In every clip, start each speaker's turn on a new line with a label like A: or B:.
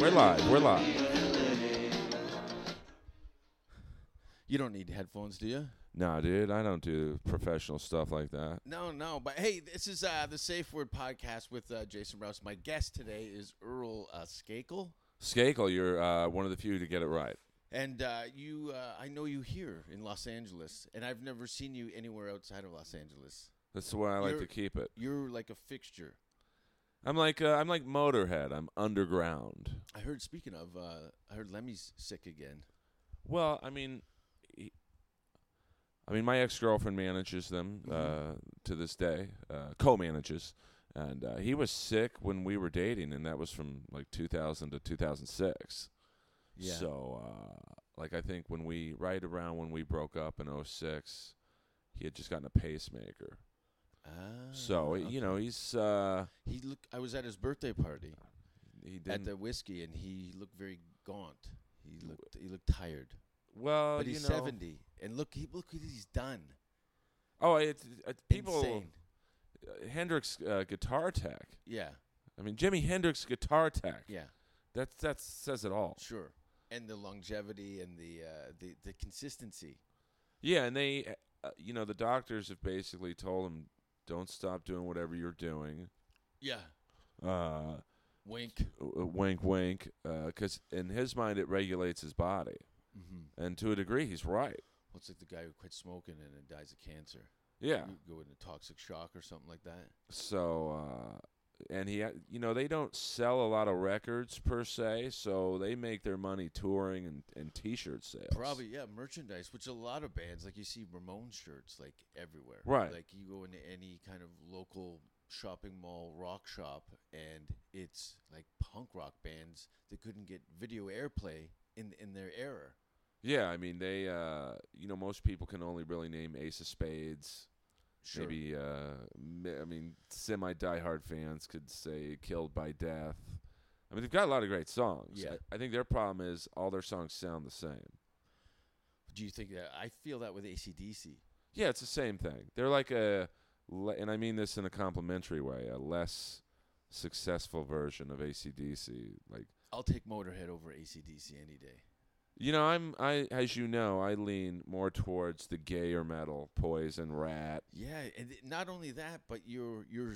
A: We're live. We're live. You don't need headphones, do you?
B: Nah, dude, I don't do professional stuff like that.
A: No, no. But hey, this is uh, the Safe Word Podcast with uh, Jason Rouse. My guest today is Earl uh, Skakel.
B: Skakel, you're uh, one of the few to get it right.
A: And uh, you, uh, I know you here in Los Angeles, and I've never seen you anywhere outside of Los Angeles.
B: That's the way I like
A: You're-
B: to keep it.
A: You're like a fixture.
B: I'm like uh, I'm like Motorhead. I'm underground.
A: I heard. Speaking of, uh, I heard Lemmy's sick again.
B: Well, I mean, he- I mean, my ex girlfriend manages them uh, to this day, uh, co-manages, and uh, he was sick when we were dating, and that was from like 2000 to 2006. So, uh, like, I think when we right around when we broke up in 06, he had just gotten a pacemaker.
A: Ah,
B: so
A: okay.
B: you know, he's uh,
A: he look. I was at his birthday party.
B: he
A: at
B: didn't.
A: the whiskey, and he looked very gaunt. He looked he looked tired.
B: well,
A: but
B: you
A: he's
B: know,
A: seventy, and look he look what he's done.
B: Oh, it's, it's people.
A: Insane.
B: uh, Hendrix uh, guitar tech.
A: Yeah,
B: I mean, Jimi Hendrix guitar tech.
A: yeah,
B: That that says it all.
A: sure. And the longevity and the uh, the the consistency.
B: Yeah, and they, uh, you know, the doctors have basically told him, don't stop doing whatever you're doing.
A: Yeah,
B: Uh,
A: wink.
B: w- wink, wink. Because in his mind, it regulates his body,
A: Mm-hmm.
B: and to a degree, he's right.
A: What's like the guy who quit smoking and then dies of cancer?
B: Yeah.
A: You go into toxic shock or something like that.
B: So, uh, and he, ha- you know, they don't sell a lot of records per se, so they make their money touring and, and T-shirt sales.
A: Probably yeah, merchandise, which a lot of bands like you see Ramon shirts like everywhere.
B: Right.
A: Like you go into any kind of local shopping mall rock shop and it's like punk rock bands that couldn't get video airplay in in their era.
B: Yeah, I mean, they, uh, you know, most people can only really name Ace of Spades.
A: Sure.
B: Maybe, uh, mi- I mean, semi diehard fans could say Killed by Death. I mean, they've got a lot of great songs.
A: Yeah.
B: I, I think their problem is all their songs sound the same.
A: Do you think that I feel that with ACDC?
B: Yeah, it's the same thing. They're like a, le- and I mean this in a complimentary way, a less successful version of ACDC. Like,
A: I'll take Motorhead over ACDC any day.
B: you know, I'm, I, as you know, I lean more towards the gayer metal, Poison, Rat.
A: Yeah, and it- not only that, but you're you're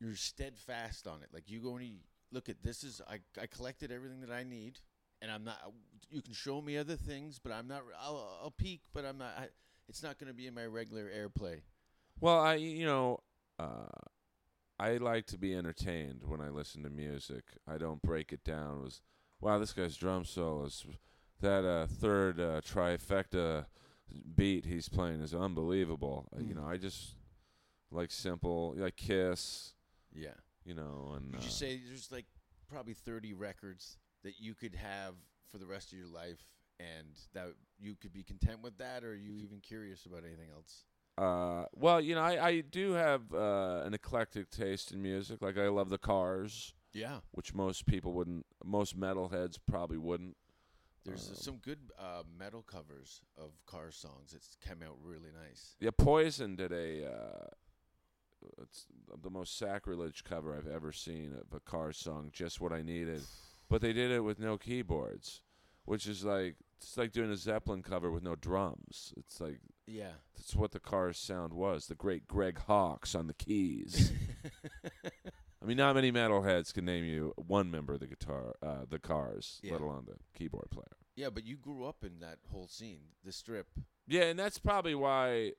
A: you're steadfast on it. Like you go and you look at this is I I collected everything that I need, and I'm not. You can show me other things, but I'm not. I'll, I'll peek, but I'm not. I, it's not going to be in my regular airplay.
B: Well, I you know, uh, I like to be entertained when I listen to music. I don't break it down. as wow, this guy's drum solo is that uh, third uh, trifecta beat he's playing is unbelievable. Uh, you
A: Mm.
B: know, I just like simple, like Kiss.
A: Yeah.
B: You know, and
A: Would
B: uh,
A: you say there's like probably 30 records that you could have for the rest of your life, and that you could be content with that, or are you even curious about anything else?
B: uh, well, you know, I I do have uh, an eclectic taste in music. Like I love the Cars,
A: Yeah.
B: which most people wouldn't, most metalheads probably wouldn't.
A: There's uh,
B: Um,
A: some good uh, metal covers of car songs that came out really nice.
B: Yeah, Poison did a. Uh, it's the most sacrilege cover I've ever seen of a car song, "Just What I Needed," but they did it with no keyboards, which is like it's like doing a Zeppelin cover with no drums. It's like
A: Yeah.
B: that's what the Cars sound was. The great Greg Hawkes on the keys. I mean, not many metalheads can name you one member of the guitar, uh, the Cars, let
A: Yeah.
B: alone the keyboard player.
A: yeah, but you grew up in that whole scene, the strip.
B: Yeah, and that's probably why,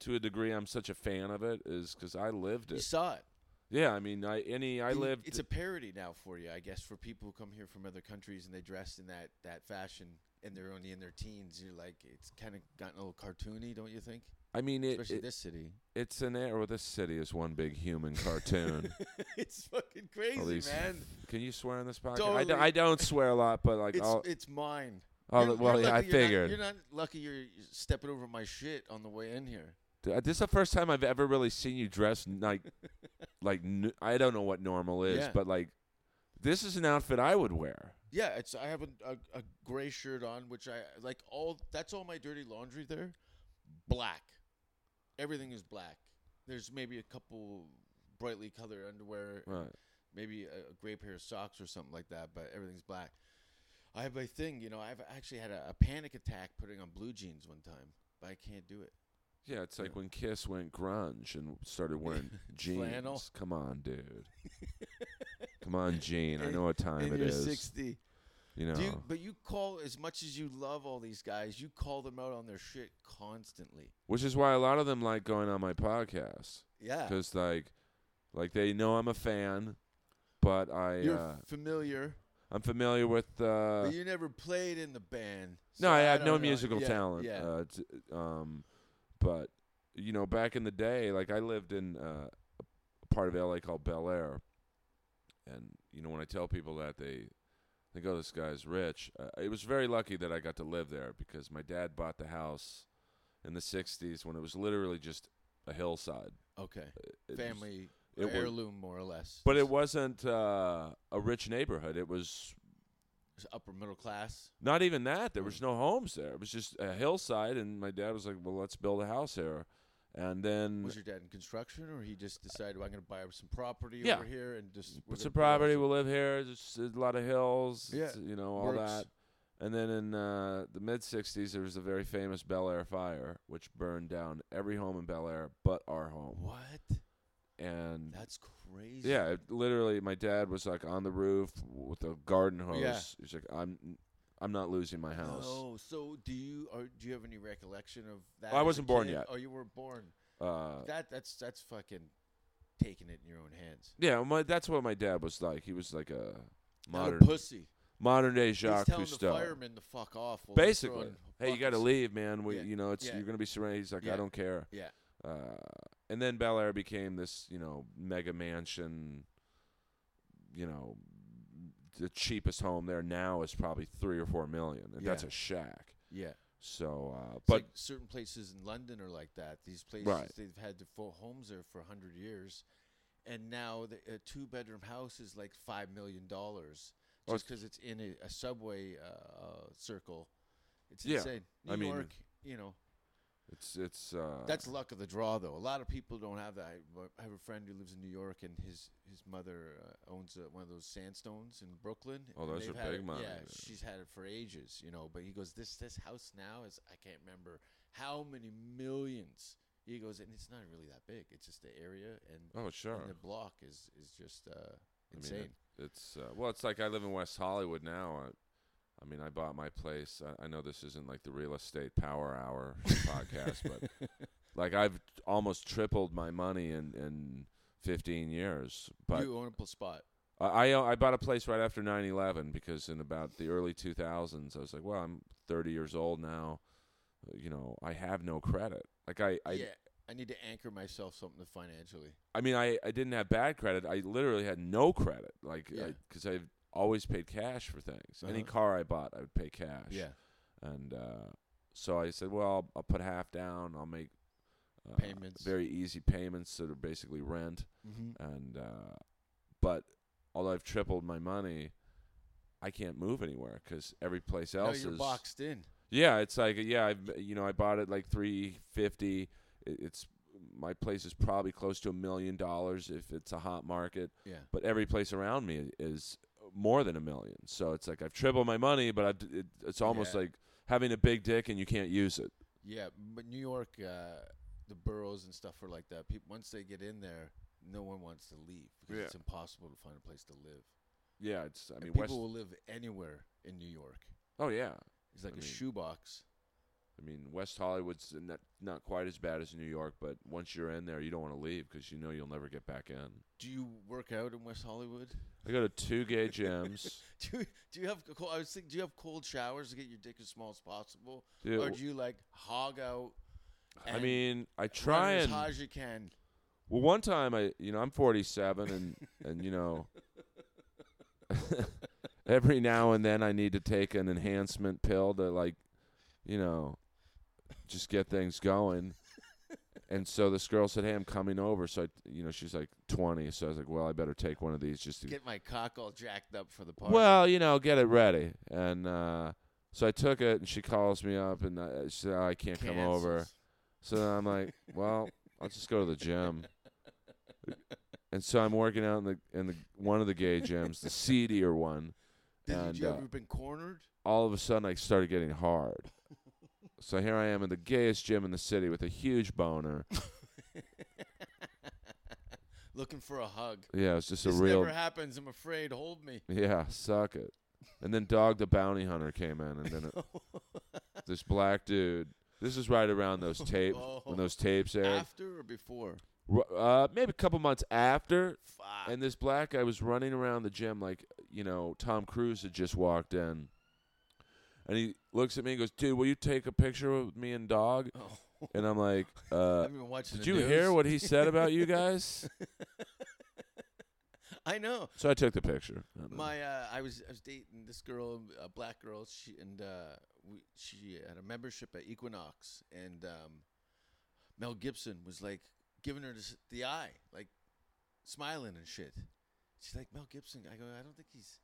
B: to a degree, I'm such a fan of it, is because I lived
A: You
B: it.
A: saw it.
B: Yeah, I mean, I any I
A: And
B: lived.
A: It's a parody now for you, I guess, for people who come here from other countries and they dress in that that fashion and they're only in their teens. You're like, it's kind of gotten a little cartoony, don't you think?
B: I mean, it,
A: Especially
B: it
A: this city.
B: it's an era. This city is one big human cartoon.
A: it's fucking crazy,
B: All these-
A: man.
B: Can you swear on this podcast? I,
A: Totally.
B: don't, I don't swear a lot, but like,
A: It's
B: all,
A: it's mine.
B: all
A: You're-
B: the- well,
A: you're
B: yeah, I
A: lucky you're not-
B: figured.
A: you're not lucky. You're stepping over my shit on the way in here.
B: Uh, this is the first time I've ever really seen you dressed n- like, like n- I don't know what normal is,
A: Yeah.
B: but like, this is an outfit I would wear.
A: Yeah, it's I have a, a, a gray shirt on, which I like all. That's all my dirty laundry there. Black, everything is black. There's maybe a couple brightly colored underwear,
B: Right.
A: maybe a, a gray pair of socks or something like that, but everything's black. I have a thing, you know. I've actually had a, a panic attack putting on blue jeans one time, but I can't do it.
B: Yeah, it's like
A: Yeah.
B: when Kiss went grunge and started wearing jeans.
A: Flannel.
B: Come on, dude. Come on, Gene. I
A: And-
B: know what time
A: and
B: it
A: you're
B: is.
A: sixty.
B: You know.
A: Do you, but you call as much as you love all these guys, you call them out on their shit constantly.
B: Which is why a lot of them like going on my podcast
A: Yeah,
B: because, like, like they know I'm a fan, but I
A: you're
B: uh,
A: familiar,
B: I'm familiar with. Uh,
A: but you never played in the band.
B: no,
A: so
B: I have
A: don't
B: no
A: know.
B: musical
A: Yeah,
B: talent.
A: Yeah,
B: Uh, t- um, but you know, back in the day, like I lived in uh, a part of LA called Bel Air, and you know, when I tell people that, they think, "Oh, this guy's rich." Uh, I was very lucky that I got to live there because my dad bought the house in the '60s when it was literally just a hillside.
A: okay,
B: uh, It was-
A: family
B: it was-
A: heirloom, more or less.
B: but it wasn't uh, a rich neighborhood. It was
A: It's upper middle class.
B: Not even that. There
A: Mm.
B: was no homes there. It was just a hillside, and my dad was like, "Well, let's build a house here." And then
A: Was your dad in construction, or he just decided well, I'm going to buy some property
B: Yeah.
A: over here and just we're
B: it's a
A: gonna build
B: property.
A: some-"
B: We'll live here. There's a lot of hills.
A: Yeah,
B: it's, you know all
A: works.
B: that. And then in uh, the mid '60s, there was a very famous Bel Air fire, which burned down every home in Bel Air but our home.
A: What?
B: And
A: That's crazy.
B: Oh. yeah, it, literally, my dad was like on the roof with a garden hose.
A: Yeah.
B: He's like, "I'm, I'm not losing my house."
A: No. Oh, So do you? Or do you have any recollection of that?
B: I
A: as a
B: wasn't born
A: kid?
B: yet.
A: Oh, you were born.
B: Uh,
A: that that's that's fucking taking it in your own hands.
B: Yeah, my, that's what my dad was like. He was like a
A: Not
B: modern
A: a pussy.
B: modern day
A: He's
B: Jacques
A: telling the
B: Cousteau.
A: firemen to fuck off. while they're
B: Basically,
A: throwing
B: hey, you got to
A: buckets.
B: leave, man. We,
A: Yeah,
B: you know, it's
A: yeah.
B: you're gonna be surrounded. He's like,
A: Yeah,
B: I don't care.
A: yeah.
B: Uh, and then Bel Air became this, you know, mega mansion. You know, the cheapest home there now is probably three or four million, and that's
A: Yeah.
B: a shack.
A: Yeah,
B: So, uh,
A: but
B: but
A: certain places in London are like that. These places
B: Right.
A: they've had their full homes there for hundred years, and now the, a two bedroom house is like five million dollars
B: Oh,
A: just because it's in a, a subway uh, uh, circle. It's
B: Yeah,
A: insane. New
B: I mean-
A: York, you know,
B: it's it's uh,
A: That's luck of the draw, though. A lot of people don't have that. I- I have a friend who lives in New York, and his his mother uh, owns uh, one of those sandstones in Brooklyn.
B: Oh,
A: and
B: those
A: they've
B: are
A: had
B: big
A: it-
B: money.
A: Yeah, she's had it for ages, you know. But he goes, this this house now is I can't remember how many millions. He goes, and it's not really that big. It's just the area and,
B: oh sure.
A: and the block is is just uh,
B: I mean,
A: insane.
B: it- it's uh, well, it's like I live in West Hollywood now. I, I mean, I bought my place. I, I know this isn't like the real estate power hour podcast, but like I've almost tripled my money in in 15 years. But
A: you own a pl- spot.
B: I, I I bought a place right after 9/11 because in about the early 2000s, I was like, well, I'm 30 years old now. Uh, You know, I have no credit. Like I I
A: yeah, I need to anchor myself something financially.
B: I mean, I, I didn't have bad credit. I literally had no credit, like
A: Yeah.
B: because I've always paid cash for things. Any
A: Uh-huh.
B: car I bought, I would pay cash.
A: Yeah,
B: and uh, so I said, well, I'll, I'll put half down. I'll make uh,
A: Payments.
B: very easy payments that are basically rent.
A: mm-hmm.
B: And uh, but although I've tripled my money, I can't move anywhere because every place
A: now
B: else
A: you're
B: is
A: boxed in.
B: yeah, it's like yeah, I've you know I bought it like three fifty. It's my place is probably close to a million dollars if it's a hot market,
A: Yeah,
B: but every place around me is more than a million. So it's like I've tripled my money, but I've, it, it's almost
A: Yeah.
B: like having a big dick and you can't use it.
A: Yeah, but New York, uh, the boroughs and stuff are like that. People once they get in there, no one wants to leave because
B: Yeah.
A: it's impossible to find a place to live.
B: Yeah, it's I mean
A: and
B: West.
A: people will live anywhere in New York.
B: Oh yeah,
A: It's like
B: I
A: a
B: mean-
A: shoebox.
B: I mean West Hollywood's not not quite as bad as New York, but once you're in there, you don't want to leave because you know you'll never get back in.
A: Do you work out in West Hollywood?
B: I go to two gay gyms.
A: Do you, do you have co- I was thinking, do you have cold showers to get your dick as small as possible,
B: Dude,
A: or do you like hog out?
B: I
A: and
B: mean, I
A: run
B: try
A: as
B: and
A: hard as you can.
B: Well, one time I, you know, I'm 47, and and you know, every now and then I need to take an enhancement pill to like, you know, just get things going. And so this girl said, "Hey, I'm coming over." So I, you know, she's like 20, so I was like, "Well, I better take one of these just to
A: Get my cock all jacked up for the party.
B: well, you know, get it ready." And uh, so I took it, and she calls me up, and I, she said, oh, "I can't come over."
A: Cancels.
B: So then I'm like, well, I'll just go to the gym. and so I'm working out in the in the one of the gay gyms, the seedier one.
A: Did
B: and,
A: you
B: uh,
A: ever been cornered?
B: all of a sudden I started getting hard. So here I am in the gayest gym in the city with a huge boner.
A: Looking for a hug.
B: Yeah, it's just
A: this
B: a real
A: never happens. I'm afraid. Hold me.
B: yeah, suck it. And then Dog the Bounty Hunter came in, and then it, this black dude. This is right around those tapes when those tapes aired,
A: After or before?
B: Ru- uh, maybe a couple months after.
A: Fuck.
B: And this black guy was running around the gym like, you know, Tom Cruise had just walked in. And he looks at me and goes, Dude, will you take a picture with me and dog?
A: Oh,
B: And I'm like, uh,
A: I've been watching.
B: Did
A: the
B: you
A: news.
B: hear what he said about you guys?
A: I know.
B: So I took the picture.
A: My, uh, I was, I was dating this girl, a black girl, she, and uh, we, she had a membership at Equinox, and um, Mel Gibson was like giving her this, the eye, like smiling and shit. She's like, Mel Gibson. I go, I don't think he's,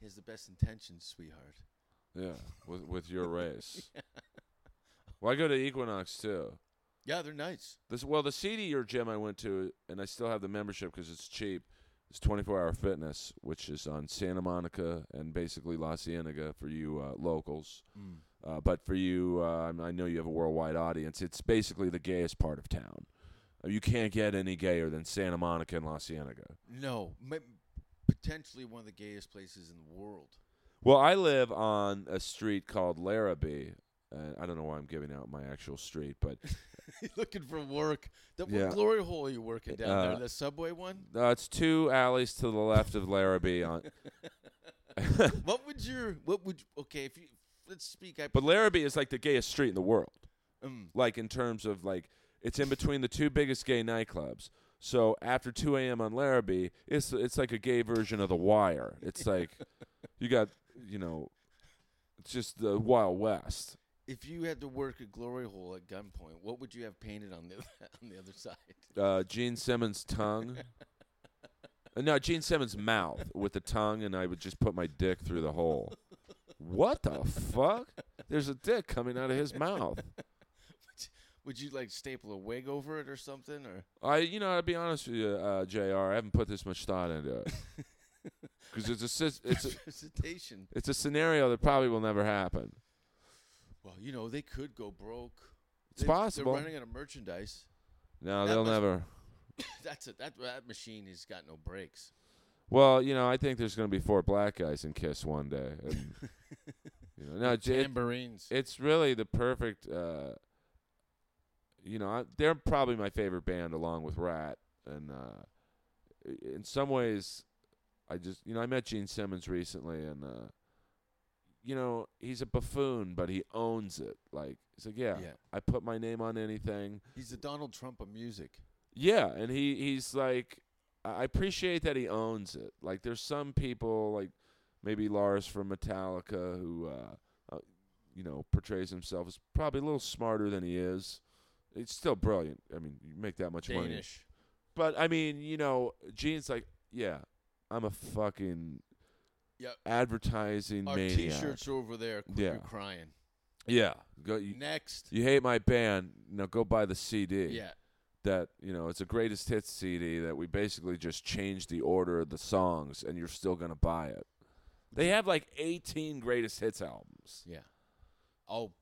A: he has the best intentions, sweetheart.
B: yeah, with with your race. Well, I go to Equinox too.
A: Yeah, they're nice.
B: This well, the seedier gym I went to, and I still have the membership because it's cheap. It's 24 Hour Fitness, which is on Santa Monica and basically La Cienega for you uh, locals. Uh, but for you, uh, I know you have a worldwide audience. It's basically the gayest part of town. Uh, You can't get any gayer than Santa Monica and La Cienega.
A: No, ma- potentially one of the gayest places in the world.
B: Well, I live on a street called Larrabee. Uh, I don't know why I'm giving out my actual street, but
A: You're looking for work. The what
B: Yeah.
A: glory hole are you working down
B: Uh,
A: there? The subway one?
B: uh, it's two alleys to the left of Larrabee. On,
A: What would your what would okay if you let's speak I
B: but Larrabee is like the gayest street in the world.
A: um,
B: Like in terms of like, it's in between the two biggest gay nightclubs. So after 2 a.m. on Larrabee, it's it's like a gay version of The Wire. It's like you got you know, it's just the Wild West.
A: if you had to work a glory hole at gunpoint, what would you have painted on the on the other side?
B: uh, Gene Simmons' tongue. Uh, no, Gene Simmons' mouth with the tongue, and I would just put my dick through the hole. What the fuck? There's a dick coming out of his mouth.
A: Would you like staple a wig over it or something or
B: I, you know, I'll be honest with you, uh, Jr. I haven't put this much thought into it because it's a sis- it's a,
A: presentation?
B: it's a scenario that probably will never happen.
A: Well, you know, they could go broke.
B: It's
A: They-
B: possible.
A: They're running out of merchandise.
B: No,
A: That
B: they'll
A: must-
B: never.
A: That's a, that that machine has got no brakes.
B: Well, you know, I think there's going to be four black guys in Kiss one day. And, you know, no, J-
A: Tambourines.
B: it's really the perfect uh you know I, they're probably my favorite band along with rat and uh i- in some ways i just you know i met gene simmons recently and uh you know he's a buffoon but he owns it like he's like yeah,
A: Yeah.
B: i put my name on anything
A: He's the Donald Trump of music.
B: yeah and he he's like i I appreciate that he owns it like there's some people like maybe lars from metallica who uh you know, portrays himself as probably a little smarter than he is. It's still brilliant. I mean, you make that much money.
A: Danish.
B: But I mean, you know, Gene's like, yeah, I'm a fucking
A: Yep.
B: advertising
A: Our
B: maniac.
A: t-shirts are over there. Quit
B: Yeah.
A: your crying.
B: Yeah, go. You,
A: Next.
B: you hate my band? Now go buy the CD.
A: Yeah.
B: That you know, it's a greatest hits CD that we basically just changed the order of the songs, and you're still gonna buy it. They have like 18 greatest hits albums.
A: Yeah. All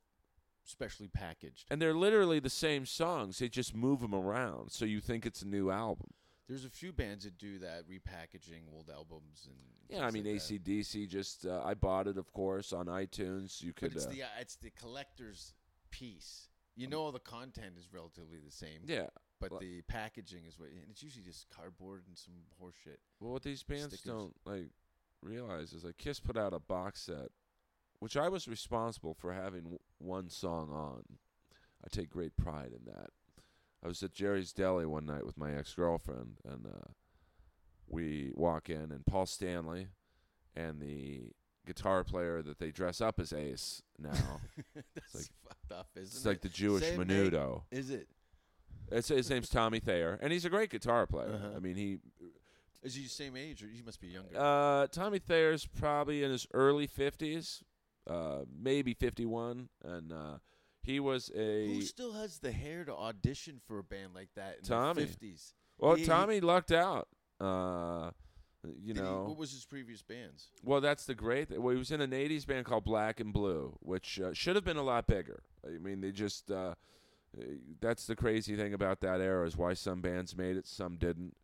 A: specially packaged.
B: and they're literally the same songs. They just move them around, so you think it's a new album.
A: There's a few bands that do that, repackaging old albums and
B: Yeah, I
A: things
B: mean
A: like that.
B: ACDC. Just uh, I bought it, of course, on iTunes. You
A: But
B: could,
A: it's
B: uh,
A: the uh, it's the collector's piece. You know, all the content is relatively the same.
B: yeah.
A: But
B: Well-
A: the packaging is what, and it's usually just cardboard and some horseshit.
B: Well, what these bands
A: Stickers.
B: don't like realize is like Kiss put out a box set, which I was responsible for having w- one song on. I take great pride in that. I was at Jerry's Deli one night with my ex girlfriend, and uh, we walk in, and Paul Stanley and the guitar player that they dress up as Ace now.
A: That's
B: like-
A: fucked up, isn't
B: it's like
A: it?
B: the Jewish
A: Same name.
B: menudo.
A: Is it?
B: It's, his name's Tommy Thayer, and he's a great guitar player.
A: Uh-huh.
B: I mean, he
A: Is he the same age, or you must be younger?
B: Uh, Tommy Thayer's probably in his early fifties, uh, maybe fifty-one, and uh, he was a
A: Who still has the hair to audition for a band like that in
B: Tommy.
A: the 50s?
B: well.
A: he-
B: Tommy lucked out. Uh, you
A: Did he-
B: know,
A: what was his previous bands?
B: well, that's the great. Well, he was in an '80s band called Black and Blue, which uh, should have been a lot bigger. I mean, they just. Uh, uh, that's the crazy thing about that era is why some bands made it, some didn't.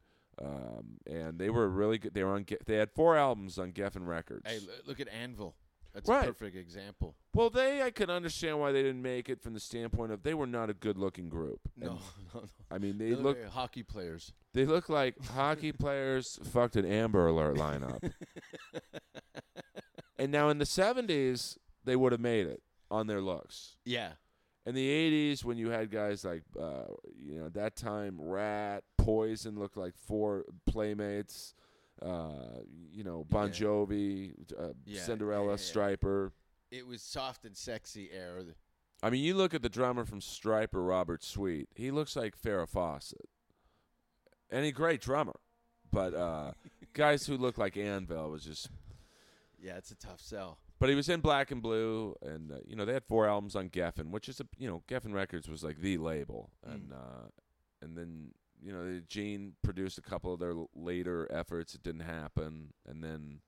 B: Um, and they were really good. They were on. Ge- They had four albums on Geffen Records.
A: Hey, l- look at Anvil. That's
B: Right.
A: a perfect example.
B: well, they I could understand why they didn't make it from the standpoint of they were not a good-looking group. And,
A: No, no, no.
B: I mean they
A: They
B: look
A: hockey players.
B: they look like hockey players fucked an Amber Alert lineup. and now in the '70s, they would have made it on their looks.
A: Yeah,
B: in the '80s when you had guys like uh, you know that time Rat, Poison looked like four playmates. Uh, you know Bon
A: Yeah.
B: Jovi, uh,
A: Yeah, yeah,
B: Cinderella,
A: yeah, yeah.
B: Striper.
A: it was soft and sexy era. th-
B: I mean, you look at the drummer from Striper, Robert Sweet. He looks like Farrah Fawcett, and he great drummer. But uh, guys who look like Anvil was just.
A: Yeah, it's a tough sell.
B: But he was in Black and Blue, and uh, you know they had four albums on Geffen, which is a you know Geffen Records was like the label, and
A: Mm.
B: uh, and then you know Gene produced a couple of their l- later efforts. It didn't happen, and then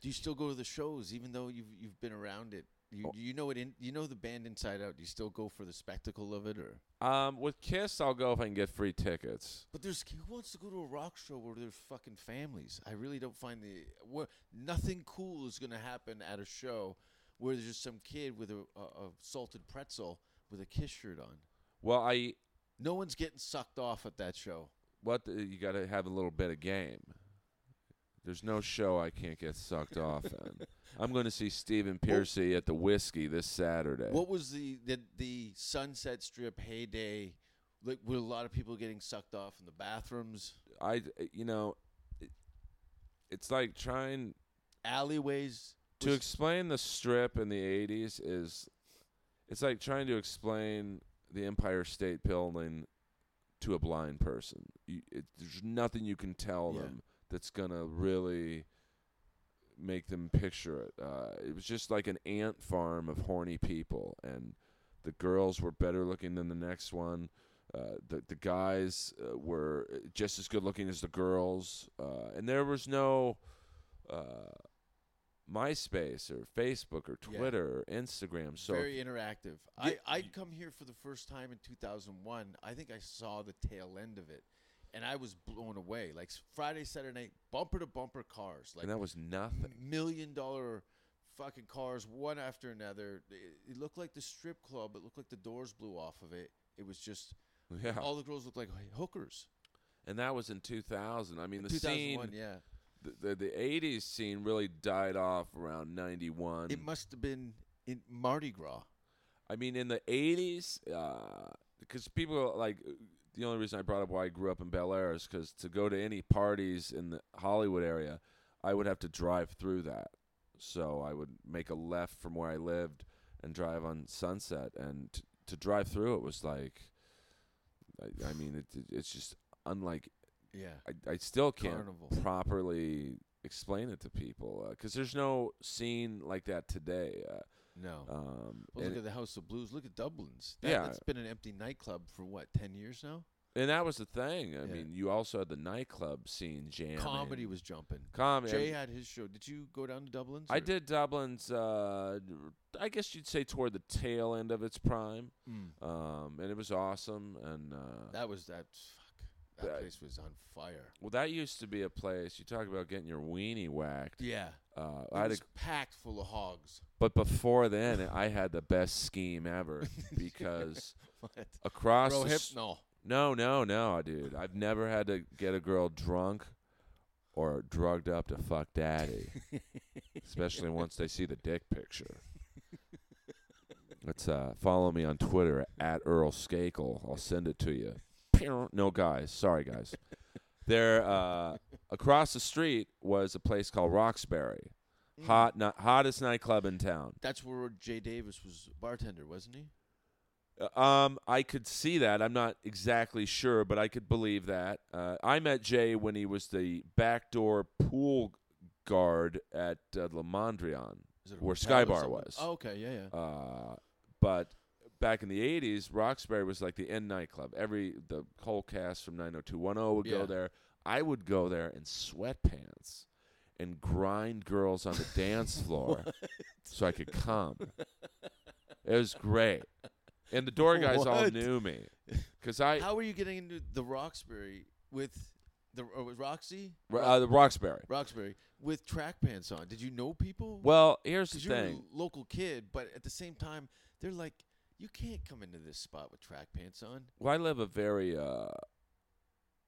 A: Do you still go to the shows, even though you've you've been around it? You
B: Oh.
A: you know it. In, you know the band inside out. Do you still go for the spectacle of it, or?
B: um, with Kiss, I'll go if I can get free tickets.
A: But there's who wants to go to a rock show where there's fucking families? I really don't find the where nothing cool is gonna happen at a show where there's just some kid with a, a, a salted pretzel with a kiss shirt on.
B: Well, I
A: No one's getting sucked off at that show.
B: what the, you got to have a little bit of game. There's no show I can't get sucked off in. I'm going to see Stephen Piercy at the Whiskey this Saturday.
A: What was the, the the Sunset Strip heyday? Like, were a lot of people getting sucked off in the bathrooms,
B: I you know, it, it's like trying
A: alleyways?
B: to
A: was-
B: explain the strip in the 80s is it's like trying to explain the empire state building to a blind person you, it, there's nothing you can tell
A: Yeah.
B: them that's going to really make them picture it uh, it was just like an ant farm of horny people and the girls were better looking than the next one uh, the the guys uh, were just as good looking as the girls, uh, and there was no uh, MySpace or Facebook or
A: Yeah.
B: Twitter or Instagram. So
A: very interactive.
B: Yeah,
A: I I come here for the first time in 2001. I think I saw the tail end of it, and I was blown away. Like s- Friday, Saturday night, bumper to bumper cars, like
B: and that was nothing.
A: million dollar fucking cars, one after another. It, it looked like the strip club. It looked like the doors blew off of it. It was just
B: Yeah,
A: all the girls looked like hookers.
B: and that was in 2000. I mean, the scene,
A: 2001, yeah.
B: the, the the 80s scene really died off around 91.
A: It must have been in Mardi Gras.
B: I mean, in the '80s, because people like the only reason I brought up why I grew up in Bel Air is because to go to any parties in the Hollywood area, I would have to drive through that. So I would make a left from where I lived and drive on Sunset, and t- to drive through it was like, I, I mean, it, it's just unlike.
A: Yeah.
B: I, I still can't
A: Carnival.
B: properly explain it to people because there's no scene like that today. Uh,
A: No.
B: um,
A: well,
B: and-
A: look at the House of Blues. Look at Dublin's. That,
B: Yeah.
A: That's been an empty nightclub for what, 10 years now?
B: And that was the thing. I
A: Yeah.
B: mean, you also had the nightclub scene jamming.
A: Comedy was jumping.
B: Comedy.
A: Jay had his show. Did you go down to Dublin's?
B: I
A: or-
B: did Dublin's. Uh, I guess you'd say toward the tail end of its prime,
A: Mm.
B: um, and it was awesome. And uh,
A: That was that. Fuck. That
B: That-
A: place was on fire.
B: well, that used to be a place. You talk about getting your weenie whacked.
A: Yeah.
B: Uh,
A: It
B: I had a,
A: was packed full of hogs.
B: but before then, I had the best scheme ever because
A: What?
B: across the s-
A: Prohypnol.
B: No, no, no, dude. I've never had to get a girl drunk or drugged up to fuck daddy. Especially once they see the dick picture. Let's uh, follow me on Twitter at Earl Skakel. I'll send it to you. Pew. No guys, sorry guys. There, uh, across the street was a place called Roxbury,
A: Mm.
B: hot, ni- hottest nightclub in town.
A: That's where Jay Davis was bartender, wasn't he?
B: Uh, Um, I could see that. I'm not exactly sure, but I could believe that. Uh, I met Jay when he was the backdoor pool guard at uh, Le Mondrian.
A: Is it a
B: Where
A: hotel or
B: Skybar
A: something?
B: was.
A: Oh, okay, yeah, yeah.
B: Uh, but back in the '80s, Roxbury was like the end nightclub. Every the whole cast from 90210 would
A: Yeah.
B: go there. I would go there in sweatpants and grind girls on the dance floor so I could come. It was great. And the door guys all
A: What?
B: knew me because I
A: How were you getting into the Roxbury with the or with Roxy?
B: uh, the Roxbury.
A: Roxbury with track pants on. Did you know people?
B: Well, here's the
A: because you're a
B: thing.
A: l- local kid, but at the same time, they're like, you can't come into this spot with track pants on.
B: Well, I live a very uh,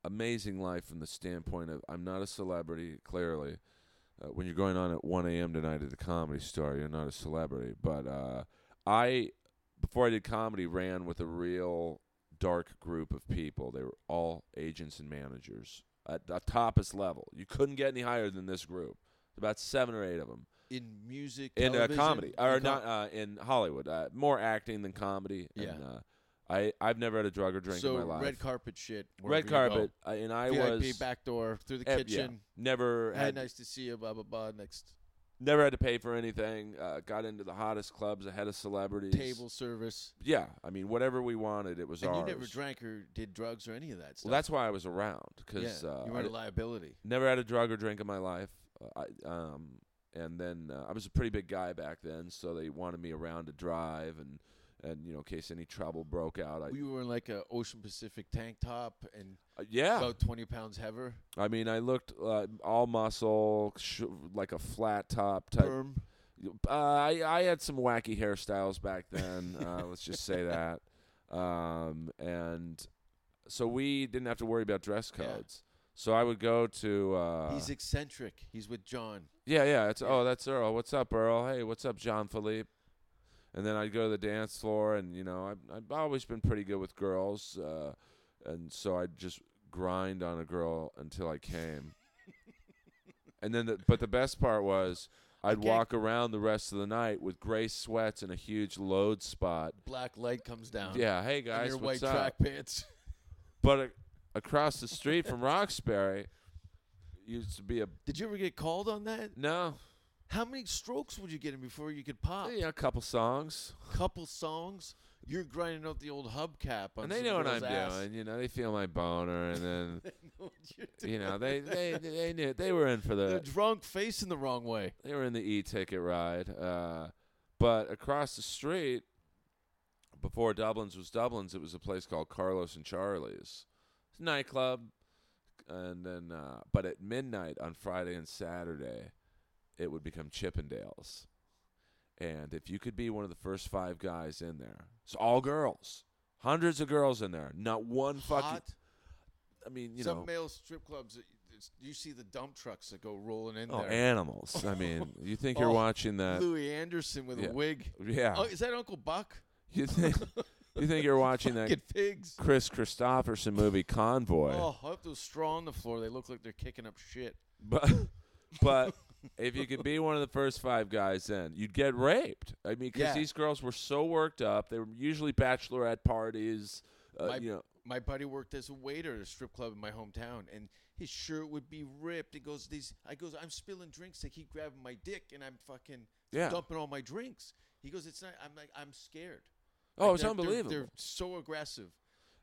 B: amazing life from the standpoint of I'm not a celebrity, clearly. Uh, when you're going on at 1 a.m. tonight at the comedy store, you're not a celebrity. But uh, I, before I did comedy, ran with a real dark group of people. They were all agents and managers at the toppest level. You couldn't get any higher than this group. About seven or eight of them
A: In music,
B: in uh,
A: television,
B: comedy or
A: in com-
B: not uh, in Hollywood. Uh, more acting than comedy. And,
A: Yeah.
B: uh, I I've never had a drug or drink
A: so
B: in my life.
A: red carpet shit. wherever
B: Red
A: you go.
B: carpet, uh, and I
A: VIP
B: was
A: back door through the
B: eh, yeah,
A: kitchen.
B: never
A: Hey,
B: had
A: nice to see you. Blah blah blah. Next
B: never had to pay for anything. Uh, got into the hottest clubs ahead of celebrities.
A: table service.
B: Yeah, I mean whatever we wanted, it was
A: And
B: ours.
A: you never drank or did drugs or any of that stuff.
B: well, that's why I was around because
A: yeah,
B: uh,
A: you
B: I
A: weren't a
B: d-
A: liability.
B: never had a drug or drink in my life. Uh, I um and then uh, I was a pretty big guy back then, so they wanted me around to drive and and you know in case any trouble broke out. I
A: We were in like a Ocean Pacific tank top and
B: uh, yeah,
A: about twenty pounds heavier.
B: I mean I looked uh, all muscle, sh- like a flat top type.
A: Perm.
B: Uh, I I had some wacky hairstyles back then. uh, let's just say that. Um, and so we didn't have to worry about dress
A: Yeah.
B: codes. So I would go to uh,
A: He's eccentric. He's with John.
B: yeah yeah it's
A: Yeah.
B: oh that's Earl what's up Earl hey what's up John Philippe, and then I'd go to the dance floor and you know I've I've always been pretty good with girls, uh, and so I'd just grind on a girl until I came. And then, the, but the best part was, I'd
A: Okay.
B: walk around the rest of the night with gray sweats and a huge load spot.
A: Black light comes down.
B: Yeah, hey
A: on
B: guys,
A: Uh-huh. your
B: what's
A: white
B: up?
A: track pants.
B: But a, across the street from Roxbury used to be a
A: Did you ever get called on that?
B: no,
A: How many strokes would you get in before you could pop?
B: yeah, a couple songs,
A: Couple songs. You're grinding out the old hubcap on.
B: and they
A: some
B: know what
A: girl's
B: I'm
A: ass.
B: doing. You know, they feel my boner, and then
A: They know what you're doing.
B: you know they they they knew they were in for
A: They're
B: the
A: drunk, facing the wrong way.
B: they were in the e-ticket ride. Uh, but across the street, before Dublin's was Dublin's, it was a place called Carlos and Charlie's, It's a nightclub. And then, uh, but at midnight on Friday and Saturday, it would become Chippendales. And if you could be one of the first five guys in there, it's all girls, hundreds of girls in there, not one fucking.
A: Hot.
B: I mean, you
A: Some
B: know,
A: male strip clubs. that- it's- You see the dump trucks that go rolling in
B: oh,
A: there.
B: animals. I mean, you think you're
A: Oh,
B: watching that?
A: Louis Anderson with
B: yeah.
A: a wig.
B: Yeah.
A: Oh, is that Uncle Buck?
B: You think you think you're watching that
A: Get pigs.
B: Chris Christopherson movie Convoy,
A: Oh, I hope those straw on the floor. They look like they're kicking up shit.
B: but but if you could be one of the first five guys in, you'd get raped. I mean, because
A: Yeah.
B: these girls were so worked up. They were usually bachelorette parties. Uh,
A: My-
B: you know,
A: my buddy worked as a waiter at a strip club in my hometown, and his shirt would be ripped. He goes, "These," I goes, "I'm spilling drinks. They keep grabbing my dick, and I'm fucking
B: Yeah.
A: dumping all my drinks." He goes, "It's not." I'm like, "I'm scared."
B: oh,
A: Like,
B: it's
A: they're- they're-
B: unbelievable.
A: They're, so aggressive.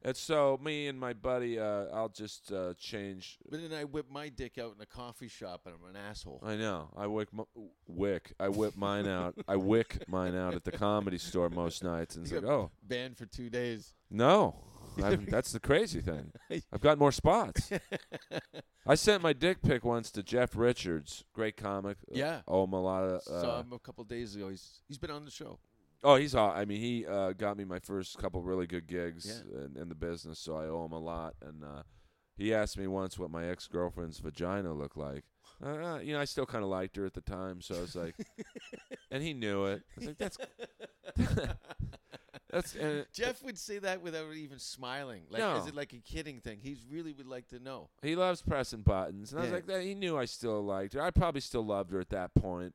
B: and so me and my buddy, uh, I'll just uh, change.
A: But then I whip my dick out in a coffee shop, and I'm an asshole.
B: I know. I wick, m- wick. I whip mine out. I wick mine out at the comedy store most nights, and it's
A: You
B: like,
A: got
B: oh
A: banned for two days.
B: no, I'm, that's the crazy thing. I've got more spots. Uh, I sent my dick pic once to Jeff Richards, great comic. uh,
A: Yeah.
B: Oh, Malata.
A: Saw
B: Uh,
A: him a couple days ago. He's he's been on the show.
B: oh, he's all. I mean, he uh, got me my first couple really good gigs
A: Yeah.
B: in, in the business, so I owe him a lot. And uh, he asked me once what my ex girlfriend's vagina looked like. Uh, Uh, you know, I still kind of liked her at the time, so I was like, and he knew it. I was like, that's that's and
A: Jeff would say that without even smiling. Like,
B: No.
A: is it like a kidding thing? He really would like to know.
B: He loves pressing buttons, and I was
A: Yeah.
B: like, that, he knew I still liked her. I probably still loved her at that point,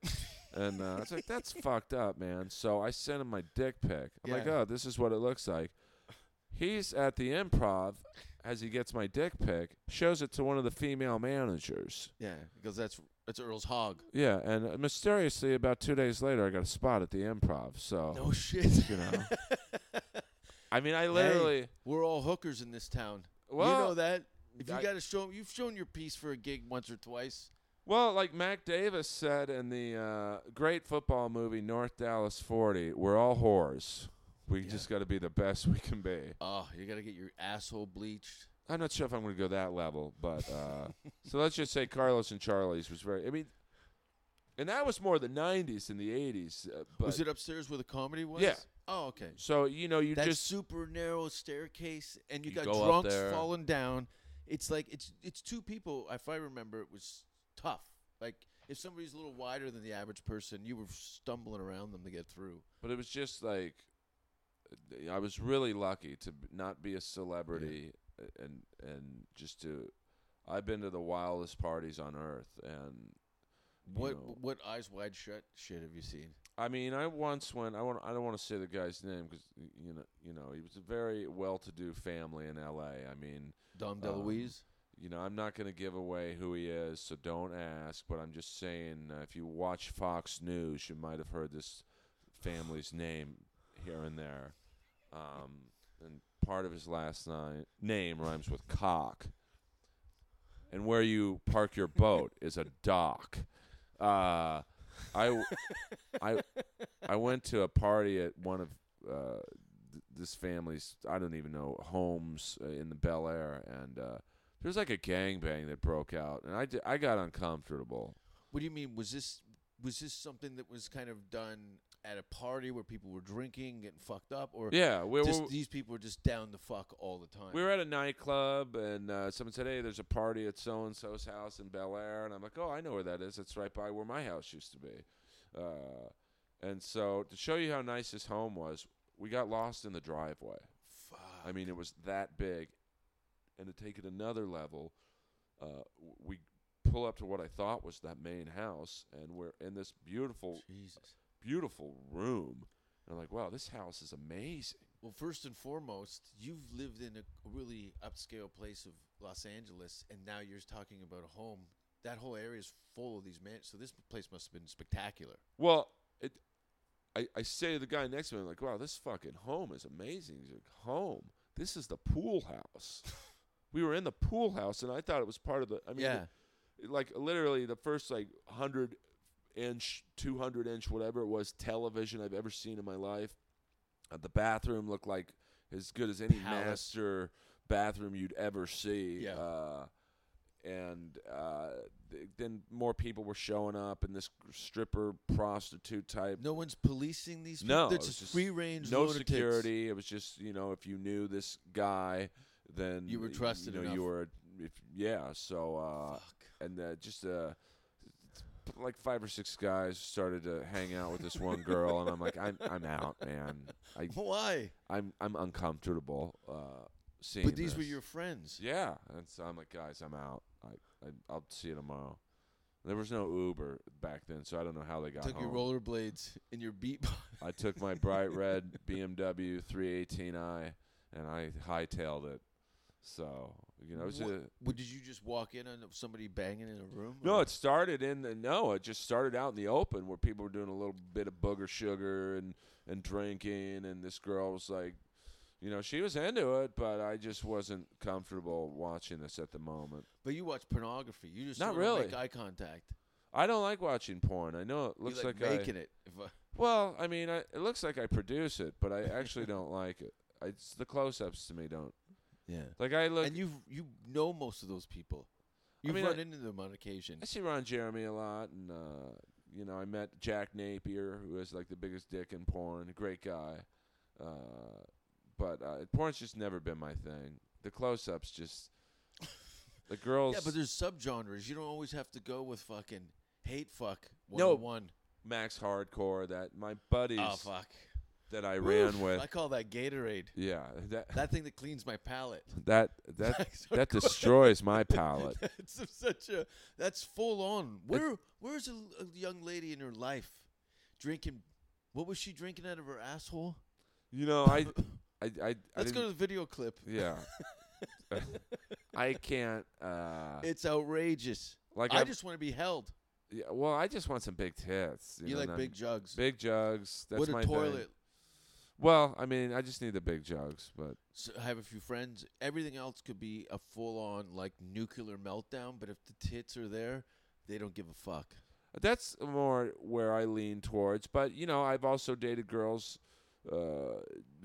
B: and uh, I was like, that's fucked up, man. So I sent him my dick pic. I'm like,
A: Yeah.
B: oh, this is what it looks like. He's at the improv as he gets my dick pic, shows it to one of the female managers.
A: Yeah, because that's that's Earl's hog.
B: Yeah, and uh, mysteriously, about two days later, I got a spot at the improv. So
A: No shit.
B: you know, I mean, I literally
A: We're all hookers in this town.
B: well,
A: you know that. If you
B: I-
A: got to show, you've shown your piece for a gig once or twice.
B: Well, like Mac Davis said in the uh, great football movie North Dallas 40, we're all whores. We
A: Yeah.
B: just got to be the best we can be.
A: Oh, you got to get your asshole bleached.
B: I'm not sure if I'm going to go that level, but uh, so let's just say Carlos and Charlie's was very. I mean, and that was more the '90s than the '80s. Uh, but
A: was it upstairs where the comedy was?
B: Yeah.
A: Oh, okay.
B: so you know, you
A: that
B: just
A: super narrow staircase, and you,
B: You
A: got
B: go up
A: drunks
B: there.
A: falling down. It's like it's it's two people. If I remember, it was tough. Like if somebody's a little wider than the average person, you were stumbling around them to get through.
B: But it was just like uh, I was really lucky to b- not be a celebrity and and just to I've been to the wildest parties on earth and you
A: What
B: know,
A: what eyes wide shut shit have you seen?
B: I mean I once went I want I don't want to say the guy's name cuz you know you know he was a very well-to-do family in LA. I mean,
A: Dom
B: Um,
A: DeLuise.
B: you know, I'm not going to give away who he is, so don't ask, but I'm just saying uh, if you watch Fox News, you might have heard this family's name here and there. Um, and part of his last ni- name rhymes with cock. And where you park your boat is a dock. Uh, I, w- I, I went to a party at one of uh, th- this family's, I don't even know, homes uh, in the Bel Air. And uh, there was like a gangbang that broke out. And I, di- I got uncomfortable.
A: What do you mean? Was this was this something that was kind of done at a party where people were drinking, getting fucked up, or
B: Yeah, we,
A: just
B: we,
A: these people were just down the fuck all the time?
B: we were at a nightclub, and uh, someone said, "Hey, there's a party at so and so's house in Bel Air," and I'm like, "Oh, I know where that is. It's right by where my house used to be." Uh, and so, to show you how nice his home was, we got lost in the driveway.
A: Fuck.
B: I mean, it was that big. And to take it another level, uh, w- we pull up to what I thought was that main house, and we're in this beautiful,
A: Jesus.
B: beautiful room. And I'm like, "Wow, this house is amazing."
A: Well, first and foremost, you've lived in a really upscale place of Los Angeles, and now you're talking about a home. That whole area is full of these men. So this place must have been spectacular.
B: Well, it, I, I say to the guy next to me, I'm like, wow, this fucking home is amazing. He's like, home? This is the pool house. we were in the pool house, and I thought it was part of the. I mean,
A: yeah.
B: it- like literally the first like hundred inch, two hundred inch, whatever it was, television I've ever seen in my life. Uh, the bathroom looked like as good as any
A: Palace.
B: master bathroom you'd ever see.
A: Yeah.
B: Uh, and uh, th- then more people were showing up, and this stripper prostitute type
A: no one's policing these.
B: No,
A: people? it's
B: it's
A: just,
B: just
A: free range.
B: no
A: lunatics.
B: security. It was just you know if you knew this guy, then
A: You were trusted
B: You know
A: enough.
B: you were if yeah. So uh,
A: Fuck.
B: and uh, just uh, like five or six guys started to hang out with this one girl, and I'm like I'm I'm out, man. I
A: Why? I'm.
B: I'm I'm uncomfortable. Uh, seeing
A: But these were
B: this.
A: your friends.
B: yeah. And so I'm like guys, I'm out. I, I I'll see you tomorrow. There was no Uber back then, so I don't know how they got
A: Took
B: home.
A: your rollerblades and your beat.
B: I took my bright red BMW 318i and I hightailed it. So you know, it was
A: Wha-
B: a,
A: Well, did you just walk in on somebody banging in a room?
B: no.
A: or-
B: It started in the no. It just started out in the open where people were doing a little bit of booger sugar and and drinking, and this girl was like, you know, she was into it, but I just wasn't comfortable watching this at the moment.
A: but you watch pornography. You just
B: Not
A: sort of Make
B: really.
A: eye contact.
B: I don't like watching porn. I know it looks
A: you like,
B: I-
A: making it. If I,
B: Well, I mean, I, it looks like I produce it, but I actually don't like it. It's the close-ups to me don't
A: yeah.
B: like. I look.
A: and you you know most of those people.
B: I
A: You've
B: mean,
A: run
B: I-
A: into them on occasion.
B: I see Ron Jeremy a lot, and uh, you know I met Jack Napier, who is like the biggest dick in porn. a Great guy, uh, but uh, porn's just never been my thing. The close-ups just the girls.
A: Yeah, but there's subgenres. You don't always have to go with fucking hate fuck one oh
B: No,
A: one.
B: Max Hardcore, that my buddies
A: Oh fuck.
B: that I
A: Oof,
B: ran with.
A: I call that Gatorade.
B: yeah, that
A: That thing that cleans my palate.
B: that that
A: Max
B: that
A: Hardcore.
B: destroys my palate.
A: That's of such a that's full on. Where where's a, a young lady in her life drinking what was she drinking out of her asshole?
B: You know, Oh, I I I, I
A: Let's go to
B: didn't-
A: the video clip.
B: yeah. I can't uh
A: It's outrageous.
B: like
A: I
B: I
A: just want to be held.
B: Yeah, well, I just want some big tits. You,
A: You,
B: know,
A: like
B: not-
A: big jugs.
B: big jugs. That's
A: what a
B: my thing.
A: toilet.
B: Well, I mean, I just need the big jugs, but
A: So have a few friends. Everything else could be a full on like nuclear meltdown, but if the tits are there, they don't give a fuck.
B: that's more where I lean towards. But you know, I've also dated girls uh,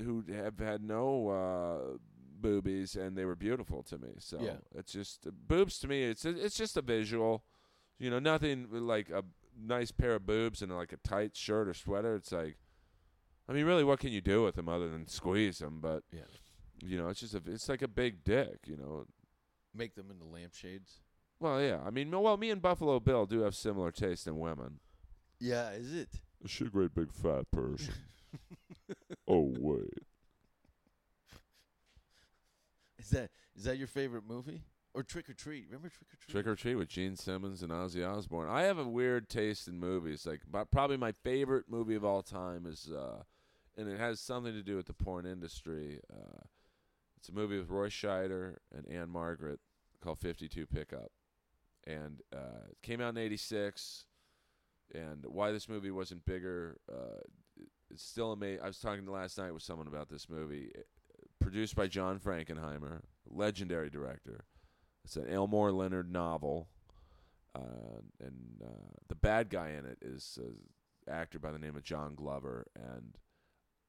B: who have had no uh, boobies, and they were beautiful to me. So
A: Yeah.
B: it's just uh, boobs to me. It's it's just a visual, you know, nothing like a nice pair of boobs and like a tight shirt or sweater. It's like, I mean, really, what can you do with them other than squeeze them? But
A: Yeah.
B: you know, it's just a, it's like a big dick, you know.
A: Make them into lampshades.
B: Well, yeah. I mean, well, me and Buffalo Bill do have similar taste in women.
A: Yeah, is it?
B: She's a great big fat person. oh wait.
A: Is that is that your favorite movie? Or Trick or Treat? Remember Trick or Treat?
B: Trick or Treat with Gene Simmons and Ozzy Osbourne. I have a weird taste in movies. Like, my, probably my favorite movie of all time is, uh, and it has something to do with the porn industry. Uh, it's a movie with Roy Scheider and Anne Margaret called 52 Pickup. And uh, it came out in 86. And why this movie wasn't bigger, uh, it- it's still amazing. I was talking last night with someone about this movie. It- produced by John Frankenheimer, legendary director. It's an Elmore Leonard novel, uh, and uh, the bad guy in it is an actor by the name of John Glover, and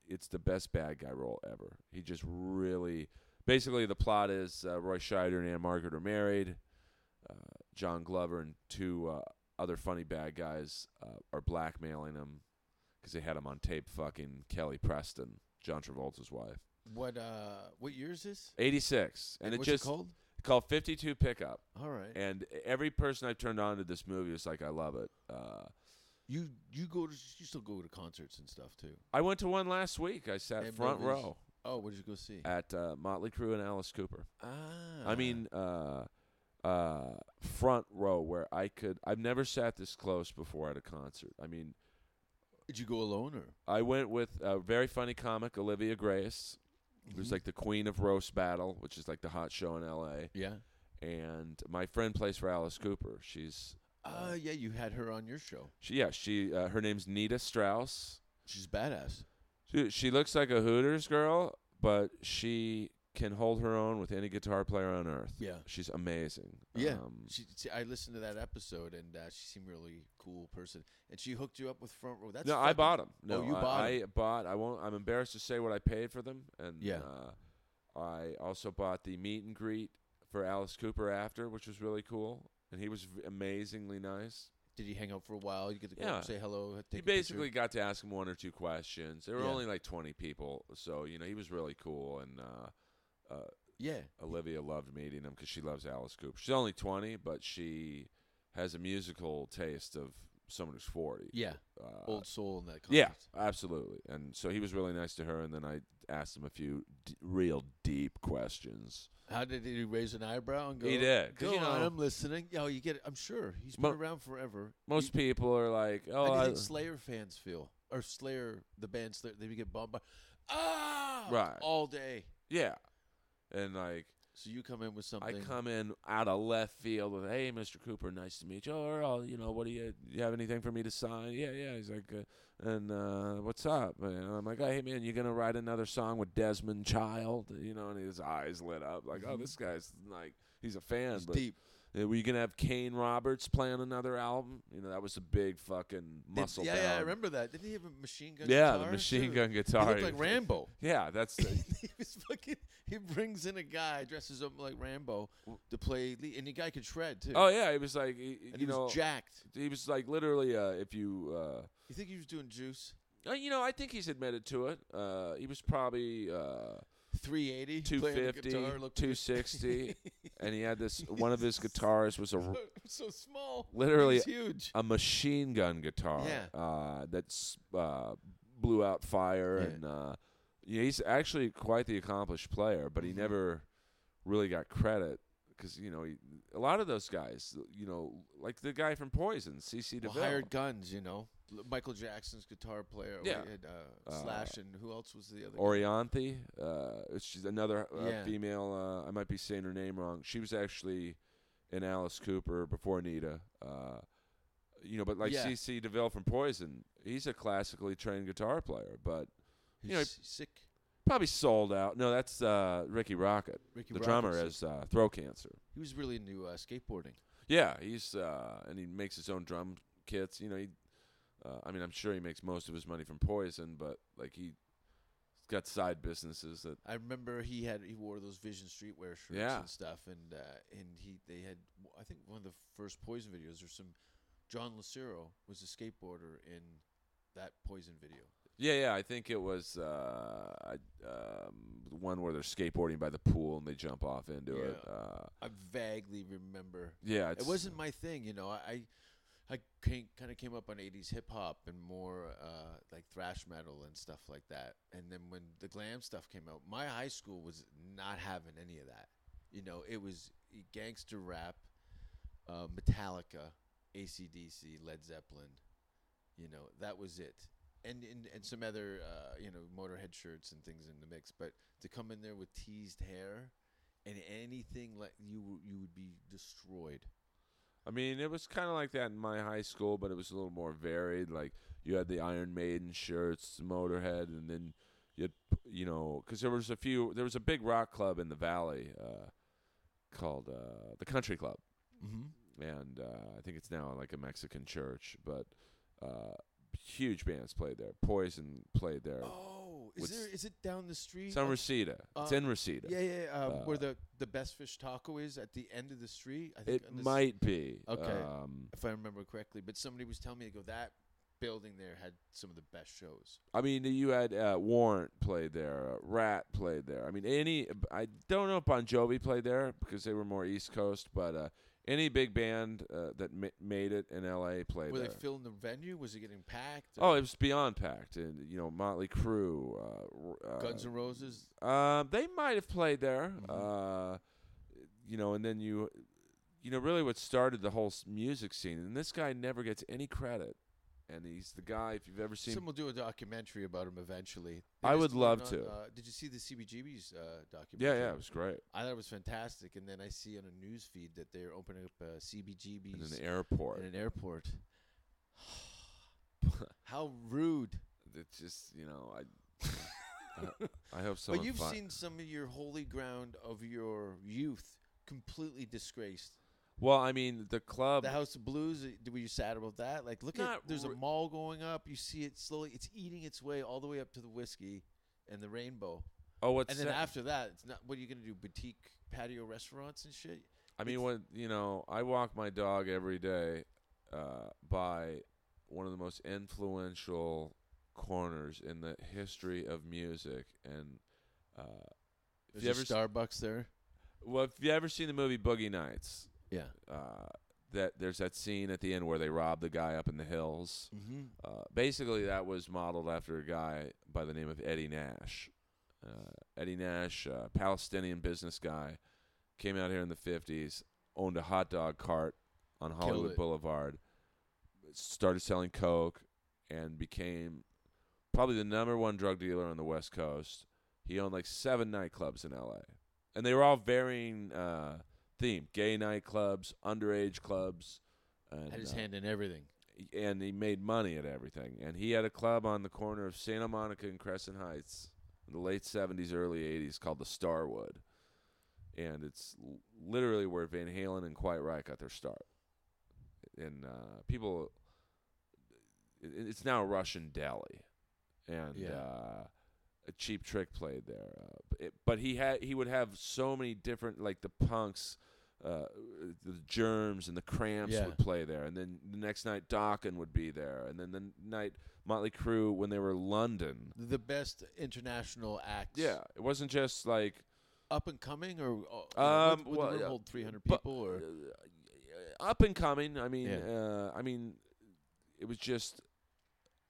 B: it's the best bad guy role ever. He just really, basically, the plot is uh, Roy Scheider and Anne Margaret are married. Uh, John Glover and two uh, other funny bad guys uh, are blackmailing him because they had him on tape fucking Kelly Preston, John Travolta's wife.
A: What uh what year is this?
B: 86, and, it
A: What's
B: just
A: it called?
B: called 52 pickup.
A: All right.
B: And every person I've turned on to this movie is like, I love it. Uh,
A: you you go to you still go to concerts and stuff too.
B: I went to one last week. I sat
A: And
B: front
A: movies.
B: row
A: Oh, what did you go see?
B: at uh, Motley Crue and Alice Cooper.
A: ah.
B: I mean, uh, uh, front row where I could. I've never sat this close before at a concert. I mean,
A: did you go alone or?
B: I went with a very funny comic, Olivia Grace, who's
A: Mhm.
B: like the queen of roast battle, which is like the hot show in L.A.
A: Yeah.
B: And my friend plays for Alice Cooper. She's
A: Uh, yeah, you had her on your show.
B: she, yeah, she uh, her name's Nita Strauss.
A: She's badass.
B: She she looks like a Hooters girl, but she can hold her own with any guitar player on earth.
A: Yeah.
B: She's amazing.
A: Yeah.
B: Um,
A: She, see, I listened to that episode and uh, she seemed a really cool person. And she hooked you up with front row. That's
B: no, I
A: fucking- Oh,
B: bought them. No,
A: you
B: I,
A: bought
B: I bought. I won't. I'm embarrassed to say what I paid for them. And
A: Yeah.
B: uh, I also bought the meet and greet for Alice Cooper after, which was really cool. And he was v- amazingly nice.
A: Did you hang out for a while? You get to go up and
B: Yeah.
A: say hello.
B: he
A: take a picture?
B: basically got to ask him one or two questions. There were
A: Yeah.
B: only like 20 people, so you know he was really cool. And uh, uh,
A: yeah.
B: Olivia loved meeting him because she loves Alice Cooper. She's only 20, but she has a musical taste of someone who's 40.
A: Yeah.
B: Uh,
A: Old soul in that context.
B: yeah, absolutely. And so he was really nice to her, and then I asked him a few d- real deep questions.
A: How did he raise an eyebrow and go?
B: He did, 'cause,
A: Go
B: you
A: on,
B: know-
A: I'm listening. Yo, you get. It. I'm sure he's been
B: Mo-
A: around forever.
B: Most people are like,
A: you,
B: oh,
A: how do you
B: I-
A: think Slayer fans feel, or Slayer, the band Slayer, they get bombed by, ah,
B: Right.
A: all day.
B: yeah. And like,
A: So you come in with something.
B: I come in out of left field with, "Hey, Mr. Cooper, nice to meet you." Or, oh, you know, what do you you have anything for me to sign? Yeah, yeah. He's like, uh, "And uh, what's up?" And I'm like, "Oh, "Hey, man, you gonna write another song with Desmond Child?" You know, and his eyes lit up, like, "Oh,
A: Mhm.
B: this guy's like, he's a fan."
A: It's
B: but
A: deep.
B: uh, were you gonna have Kane Roberts playing another album? You know, that was a big fucking
A: Did-
B: muscle.
A: yeah, yeah, I
B: bound-
A: remember that. Didn't he have a machine gun?
B: Yeah,
A: guitar,
B: the machine
A: too?
B: gun guitar.
A: He looked like Rambo.
B: Yeah, that's the,
A: he was fucking. He brings in a guy dresses up like Rambo to play, lead, and the guy could shred too.
B: oh yeah. It was like y-
A: and he
B: you know,
A: was jacked.
B: he was like literally uh, if you. Uh,
A: You think he was doing juice?
B: Uh, you know, I think he's admitted to it. Uh, he was probably uh,
A: 380, playing the
B: 250,
A: guitar, looked
B: 260. and he had this. One of his guitars was a r-
A: so small.
B: literally
A: He's huge.
B: a machine gun guitar.
A: Yeah.
B: Uh, that s- uh, blew out fire
A: Yeah.
B: and. Uh, yeah, he's actually quite the accomplished player, but he
A: Mhm.
B: never really got credit because you know he, a lot of those guys, you know, like the guy from Poison, CC
A: Well,
B: DeVille.
A: hired guns, you know. L- Michael Jackson's guitar player.
B: Yeah.
A: Had, uh,
B: Uh,
A: Slash and who else was the other? guy?
B: Orianthe, uh, which is another uh,
A: Yeah.
B: female. Uh, I might be saying her name wrong. She was actually in Alice Cooper before Anita. Uh, you know, but like
A: Yeah.
B: CC DeVille from Poison, he's a classically trained guitar player, but
A: Who's
B: You know,
A: s- sick.
B: Probably sold out. No, that's uh, Ricky Rocket.
A: Ricky
B: the
A: Rockets.
B: drummer has uh, throat cancer.
A: He was really into uh, skateboarding.
B: Yeah, he's uh, and he makes his own drum kits. You know, he. Uh, I mean, I'm sure he makes most of his money from Poison, but like he's got side businesses that.
A: I remember he had he wore those Vision Streetwear shirts
B: Yeah.
A: and stuff, and uh, and he they had w- I think one of the first Poison videos or some John Lucero was a skateboarder in that Poison video.
B: Yeah, yeah. I think it was uh, I- um, the one where they're skateboarding by the pool and they jump off into it.
A: Yeah.
B: Uh,
A: I vaguely remember.
B: yeah, it's,
A: it wasn't my thing, you know. I I kind of came up on '80s hip hop and more uh, like thrash metal and stuff like that. And then when the glam stuff came out, my high school was not having any of that. You know, it was gangster rap, uh, Metallica, ACDC, Led Zeppelin. You know, that was it. And, and, and some other, uh, you know, Motorhead shirts and things in the mix. But to come in there with teased hair and anything like you, w- you would be destroyed.
B: I mean, it was kind of like that in my high school, but it was a little more varied. Like you had the Iron Maiden shirts, Motorhead, and then you had, you know, because there was a few. There was a big rock club in the valley uh, called uh, the Country Club,
A: Mm-hmm.
B: and uh, I think it's now like a Mexican church, but. Uh, Huge bands played there. Poison played there.
A: Oh, is
B: What's-
A: there? Is it down the street?
B: It's on
A: up-
B: Reseda. it's
A: uh,
B: in Reseda.
A: yeah, yeah. yeah, Um, where
B: Uh,
A: the the best fish taco is at the end of the street. I
B: It
A: on this-
B: might be.
A: Okay.
B: Um,
A: if I remember correctly. But somebody was telling me to go. That building there had some of the best shows.
B: I mean, you had uh, Warrant played there, uh, Rat played there. I mean, any. I don't know if Bon Jovi played there because they were more East Coast, but uh, any big band uh, that ma- made it in L.A. played
A: Were
B: there.
A: they filling the venue? Was it getting packed?
B: oh, it was beyond packed, and you know, Motley Crue. Uh, r- uh,
A: Guns N' Roses.
B: Um, they might have played there.
A: Mhm.
B: Uh, you know, and then you, you know, really what started the whole s- music scene. And this guy never gets any credit, and he's the guy. If you've ever seen,
A: Some will do a documentary about him eventually.
B: I
A: just
B: would
A: did it
B: love
A: on,
B: to.
A: Uh, did you see the CBGB's uh,
B: yeah,
A: documentary?
B: yeah, it was great.
A: I thought it was fantastic, and then I see on a news feed that they're opening up uh,
B: In
A: CBGB's
B: an
A: in
B: airport,
A: an airport. How rude!
B: it's just you know, I, I, I hope someone.
A: but you've
B: fi-
A: seen some of your holy ground of your youth completely disgraced.
B: Well, I mean, the club.
A: the House of Blues, uh, d- were you sad about that? Like, look at
B: Not
A: there's a
B: re-
A: mall going up. You see it slowly; it's eating its way all the way up to the whiskey and the rainbow.
B: oh, what's
A: and then
B: that?
A: after that, it's not. What are you gonna do? Boutique patio restaurants and shit.
B: I mean,
A: It's-
B: when you know, I walk my dog every day uh, by one of the most influential corners in the history of music, and uh, if
A: There's
B: you
A: a
B: ever s-
A: Starbucks there.
B: well, if you ever seen the movie Boogie Nights,
A: Yeah.
B: uh, that there's that scene at the end where they rob the guy up in the hills.
A: Mm-hmm.
B: Uh, basically, that was modeled after a guy by the name of Eddie Nash. Uh, Eddie Nash, uh, Palestinian business guy, came out here in the 50s, owned a hot dog cart on Hollywood
A: it.
B: Boulevard, started selling Coke, and became probably the number one drug dealer on the West Coast. He owned like seven nightclubs in LA, and they were all varying uh, theme gay nightclubs, underage clubs. And,
A: Had his
B: uh,
A: hand in everything.
B: and he made money at everything. And he had a club on the corner of Santa Monica and Crescent Heights in the late 70s, early 80s called the Starwood. And it's l- literally where Van Halen and Quiet Riot got their start. And uh, people, it, it's now a Russian deli. And
A: Yeah.
B: uh, a cheap trick played there. Uh, b- it, but he had he would have so many different, like the punks uh, the Germs and the Cramps
A: Yeah.
B: would play there, and then the next night Dokken would be there, and then the night Motley Crue when they were London.
A: The best international acts.
B: Yeah, it wasn't just like
A: Up and coming, or uh,
B: Um,
A: would, would
B: well,
A: the room
B: yeah.
A: hold 300
B: But-
A: people, or
B: uh, up and coming. I mean,
A: Yeah.
B: uh, I mean, it was just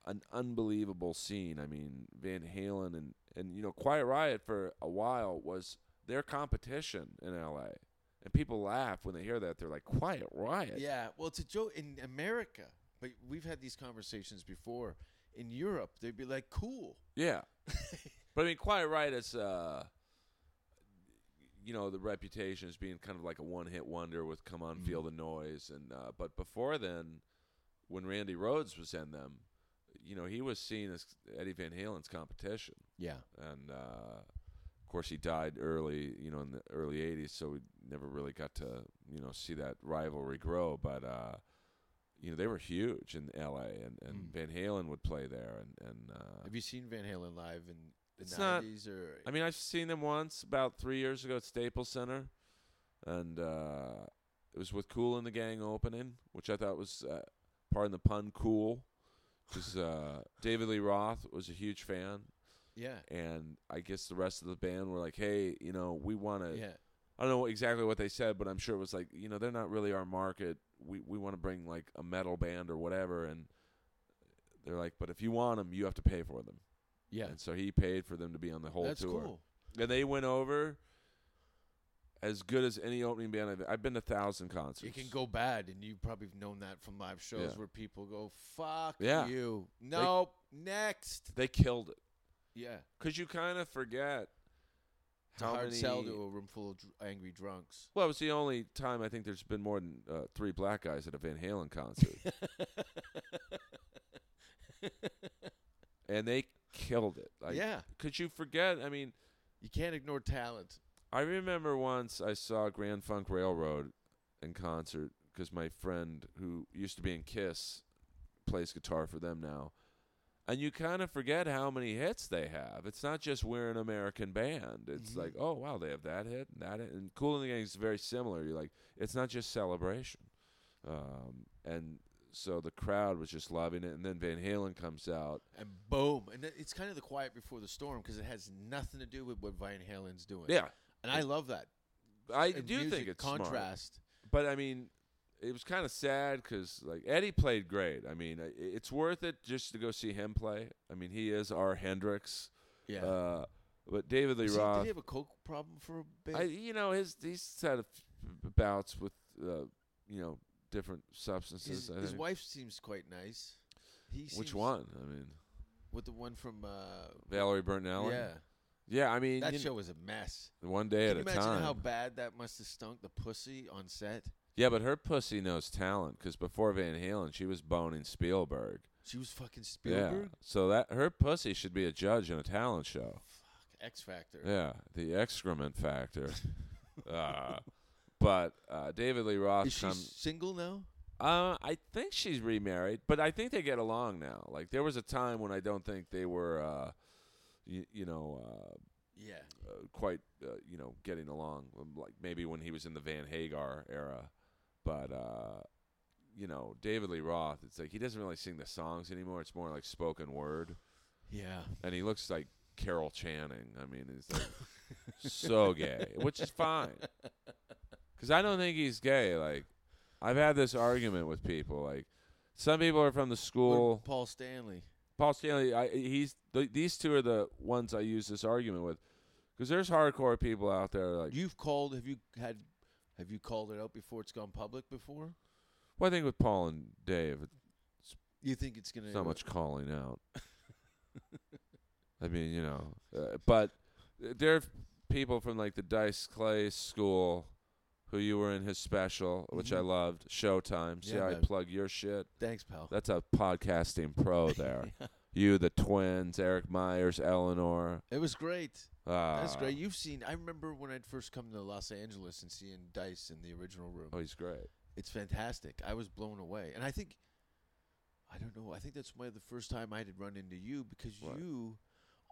B: an unbelievable scene. I mean, Van Halen and and you know Quiet Riot for a while was their competition in L.A. And people laugh when they hear that. They're like, "Quiet Riot."
A: Yeah, well, it's a joke in America, but we've had these conversations before. In Europe, they'd be like, "Cool."
B: Yeah. but I mean, Quiet Riot is, uh, you know, the reputation as being kind of like a one-hit wonder with "Come On, Feel the Noise," and uh, but before then, when Randy Rhodes was in them, you know, he was seen as Eddie Van Halen's competition,
A: Yeah.
B: and uh, of course, he died early. You know, in the early '80s, so we never really got to you know see that rivalry grow. But uh, you know, they were huge in L.A., and, and
A: Mm.
B: Van Halen would play there, and and uh,
A: Have you seen Van Halen live in the
B: It's not-
A: 90s or
B: I mean, I've seen them once about three years ago at Staples Center, and uh, it was with Cool and the Gang opening, which I thought was, uh, pardon the pun, cool. Because uh, David Lee Roth was a huge fan,
A: yeah.
B: and I guess the rest of the band were like, "Hey, you know, we want to."
A: Yeah.
B: I don't know exactly what they said, but I'm sure it was like, you know, they're not really our market. We we want to bring like a metal band or whatever, and they're like, "But if you want them, you have to pay for them."
A: Yeah.
B: And so he paid for them to be on the whole
A: That's
B: tour.
A: cool.
B: And they went over as good as any opening band I've I've been to thousand concerts.
A: It can go bad, and you probably have known that from live shows
B: Yeah.
A: where people go, "Fuck
B: Yeah.
A: you, nope, next."
B: They killed it
A: Yeah,
B: because you kind of forget
A: it's a
B: how
A: hard
B: many.
A: sell to a room full of dr- angry drunks.
B: well, it was the only time I think there's been more than uh, three black guys at a Van Halen concert, and they killed it. Like,
A: yeah,
B: Could you forget? I mean,
A: you can't ignore talent.
B: I remember once I saw Grand Funk Railroad in concert because my friend who used to be in Kiss plays guitar for them now. And you kind of forget how many hits they have. It's not just we're an American band. It's
A: Mhm.
B: like, oh wow, they have that hit and that hit. And Cool and the Gang is very similar. You're like, it's not just celebration. Um, and so the crowd was just loving it. And then Van Halen comes out.
A: And boom, and it- it's kind of the quiet before the storm because it has nothing to do with what Van Halen's doing.
B: Yeah,
A: and I love that.
B: I
A: And
B: do
A: music
B: think it's smart.
A: contrast.
B: but I mean, it was kind of sad because like Eddie played great. I mean, i- it's worth it just to go see him play. I mean, he is our Hendrix.
A: Yeah,
B: Uh, but David Lee
A: Was he- did
B: Roth,
A: he have a coke problem for a bit?
B: I you know his he's had a f- bouts with uh, you know different substances.
A: his,
B: I
A: his
B: think.
A: wife seems quite nice. He seems-
B: uh, Which one? I mean,
A: With the one from uh,
B: Valerie Burton Allen.
A: yeah,
B: yeah. I mean,
A: that
B: you kn-
A: show was a mess.
B: one
A: Can
B: day
A: you
B: at a
A: imagine
B: time.
A: how bad that must have stunk the pussy on set?
B: yeah, but her pussy knows talent because before Van Halen, she was boning Spielberg.
A: She was fucking Spielberg.
B: Yeah, so that her pussy should be a judge in a talent show.
A: Fuck, X Factor.
B: Yeah, the excrement factor. uh, but uh, David Lee Roth
A: Is she
B: comes.
A: single now?
B: Uh, I think she's remarried, but I think they get along now. Like there was a time when I don't think they were, uh, you, you know, uh,
A: Yeah.
B: uh, quite, uh, you know, getting along. um, Like maybe when he was in the Van Hagar era, but uh, you know, David Lee Roth. It's like he doesn't really sing the songs anymore. It's more like spoken word
A: Yeah.
B: and he looks like Carol Channing. I mean, he's like so gay, which is fine. Because I don't think he's gay. Like, I've had this argument with people. Like, some people are from the
A: Or
B: school.
A: Paul Stanley.
B: Paul Stanley, I, he's th- these two are the ones I use this argument with. Because there's hardcore people out there. Like,
A: You've called. Have you had? Have you called it out before it's gone public before?
B: well, I think with Paul and Dave,
A: You think it's gonna?
B: it's not much calling out. I mean, you know, uh, but there are people from like the Dice Clay School who you were in his special, which I
A: Mhm.
B: loved, Showtime. See
A: Yeah,
B: how I
A: man.
B: plug your shit?
A: Thanks, pal.
B: That's a podcasting pro Oh, there. You, the twins, Eric Myers, Eleanor.
A: It was great.
B: Uh,
A: That's great. You've seen. I remember when I'd first come to Los Angeles and seeing Dice in the original room.
B: Oh, he's great.
A: It's fantastic. I was blown away, and I think, I don't know. I think that's why the first time I had run into you because
B: Right.
A: you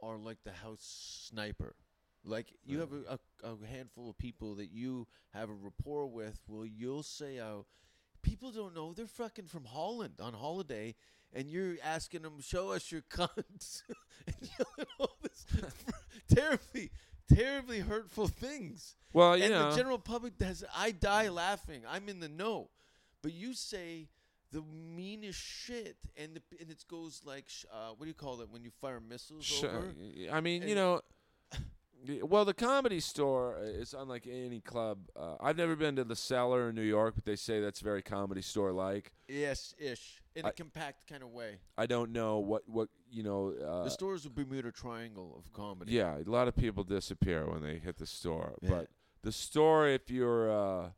A: are like the house sniper. Like you have
B: Yeah.
A: a, a, a handful of people that you have a rapport with. Well, you'll say, "Oh, people don't know they're fucking from Holland on holiday." And you're asking them, show us your cunts, and yelling all this terribly, terribly hurtful things
B: Well, you
A: and
B: know,
A: the general public has I die laughing. I'm in the know, but you say the meanest shit, and the, and it goes like sh- uh, what do you call it when you fire missiles over?
B: Sure. I mean, you
A: And-
B: know, y- well, the comedy store is unlike any club. Uh, I've never been to the cellar in New York, but they say that's very comedy store like.
A: Yes, ish, in a
B: I-
A: compact kind of way.
B: I don't know what what you know. Uh,
A: the store is a Bermuda Triangle of comedy.
B: yeah, a lot of people disappear when they hit the store,
A: Yeah.
B: but the store, if you're, uh,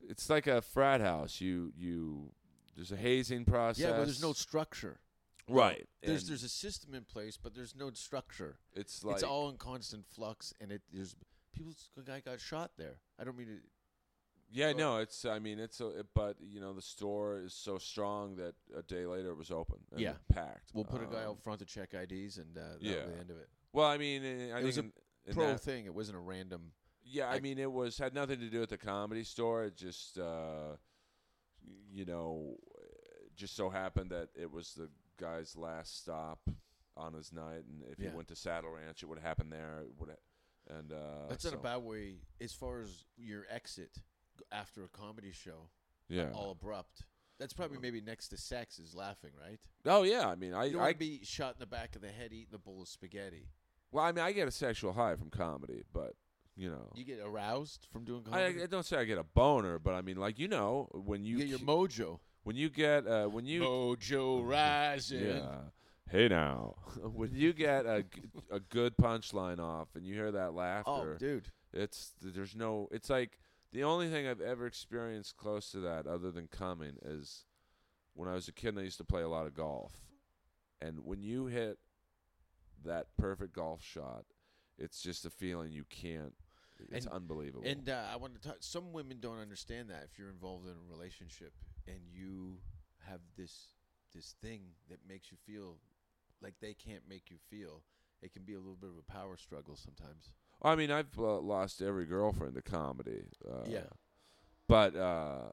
B: it's like a frat house. You you there's a hazing process.
A: yeah, but there's no structure.
B: Right.
A: There's
B: and
A: there's a system in place, but there's no structure.
B: it's like
A: it's all in constant flux, and it there's people. A guy got shot there. I don't mean to.
B: Yeah,
A: So-
B: no, it's. I mean, it's. A, it, but you know, the store is so strong that a day later it was open. And
A: Yeah.
B: packed.
A: We'll put a guy
B: Um,
A: out front to check IDs, and uh, that
B: yeah.
A: was the end of it.
B: Well, I mean, eh, I- I
A: It
B: think
A: was a
B: in, in
A: Pro
B: that-
A: thing. It wasn't a random.
B: yeah, I
A: like-
B: mean, it was had nothing to do with the comedy store. It just, uh, y- you know, it just so happened that it was the guy's last stop on his night, and if
A: Yeah.
B: he went to Saddle Ranch, it would happen there. It would, ha- and uh,
A: That's
B: so-
A: not a bad way as far as your exit g- after a comedy show.
B: Yeah.
A: All abrupt. That's probably maybe next to sex is laughing, right?
B: Oh yeah, I mean,
A: You don't
B: I, I
A: want to be shot in the back of the head eating a bowl of spaghetti.
B: well, I mean, I get a sexual high from comedy, but you know,
A: You get aroused from doing
B: Oh. I,
A: comedy.
B: I don't say I get a boner, but I mean, like you know, when
A: you,
B: you
A: get your
B: ke-
A: mojo.
B: when you get uh, when you
A: mojo rising.
B: yeah, hey now, when you get a, g- a good punchline off and you hear that
A: Oh,
B: laughter,
A: dude.
B: it's there's no, it's like the only thing I've ever experienced close to that, other than coming, is when I was a kid and I used to play a lot of golf, and when you hit that perfect golf shot, it's just a feeling you can't. It's
A: And-
B: unbelievable.
A: And uh, I want to talk. Some women don't understand that if you're involved in a relationship and you have this this thing that makes you feel like they can't make you feel, it can be a little bit of a power struggle sometimes.
B: I mean, I've uh, lost every girlfriend to comedy. Uh,
A: Yeah.
B: But, uh,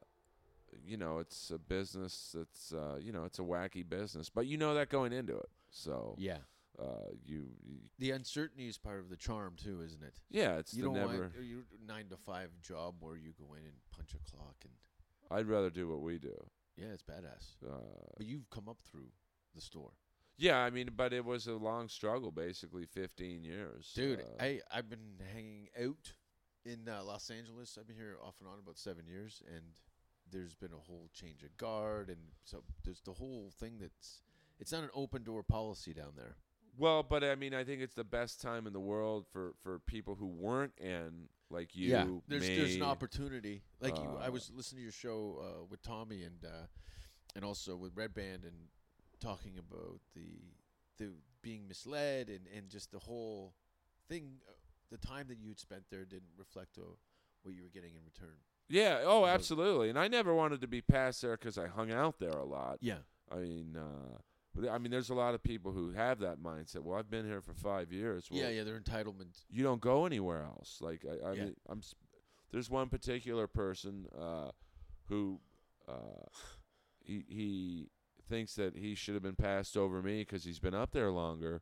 B: you know, it's a business that's, uh, you know, it's a wacky business. But you know that going into it. So,
A: Yeah,
B: uh, you, you-
A: the uncertainty is part of the charm too, isn't it?
B: yeah, it's
A: you
B: the
A: don't
B: never.
A: want your nine to five job where you go in and punch a clock and
B: I'd rather do what we do.
A: yeah, it's badass.
B: Uh,
A: But you've come up through the store,
B: yeah, I mean, but it was a long struggle, basically 15 years.
A: dude.
B: Uh,
A: I I've been hanging out in uh, Los Angeles. I've been here off and on about seven years, and there's been a whole change of guard, and so there's the whole thing that's it's not an open door policy down there.
B: well, but I mean, I think it's the best time in the world for, for people who weren't in, like you,
A: there's
B: me.
A: there's an opportunity. Like you, I
B: uh,
A: was listening to your show uh, with Tommy and uh, and also with Red Band and talking about the the being misled and and just the whole thing. Uh, the time that you'd spent there didn't reflect uh, what you were getting in return.
B: Yeah. Oh,
A: Like-
B: absolutely. And I never wanted to be past there because I hung out there a lot.
A: Yeah,
B: I mean, uh, but I mean, there's a lot of people who have that mindset. Well, I've been here for five years. Well,
A: yeah, yeah. Their entitlement.
B: You don't go anywhere else. Like I, I
A: Yeah.
B: mean, I'm. s- There's one particular person uh, who uh, he he thinks that he should have been passed over me because he's been up there longer.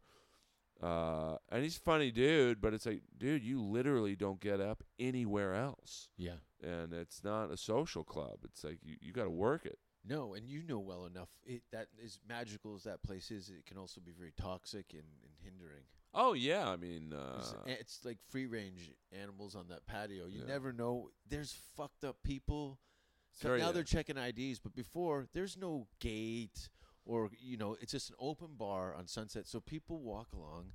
B: Uh, and he's a funny dude, but it's like, dude, you literally don't get up anywhere else
A: Yeah.
B: and it's not a social club. It's like you, you got to work it.
A: No, and you know well enough. It that as magical as that place is, it can also be very toxic and, and hindering.
B: Oh yeah, I mean,
A: It's,
B: uh,
A: a- it's like free range animals on that patio. You
B: Yeah.
A: never know. There's fucked up people.
B: it's
A: So
B: very- uh,
A: now they're checking IDs, but before there's no gate or you know, it's just an open bar on Sunset. So people walk along.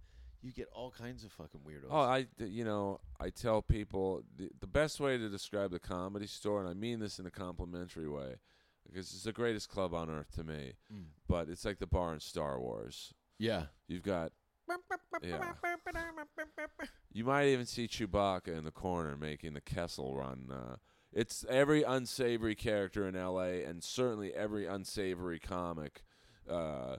A: You get all kinds of fucking weirdos.
B: oh, I th- you know I tell people the, the best way to describe the comedy store, and I mean this in a complimentary way, because it's the greatest club on earth to me.
A: Mm.
B: But it's like the bar in Star Wars.
A: yeah.
B: You've got yeah. You might even see Chewbacca in the corner making the Kessel run. Uh, it's every unsavory character in L.A. and certainly every unsavory comic, uh,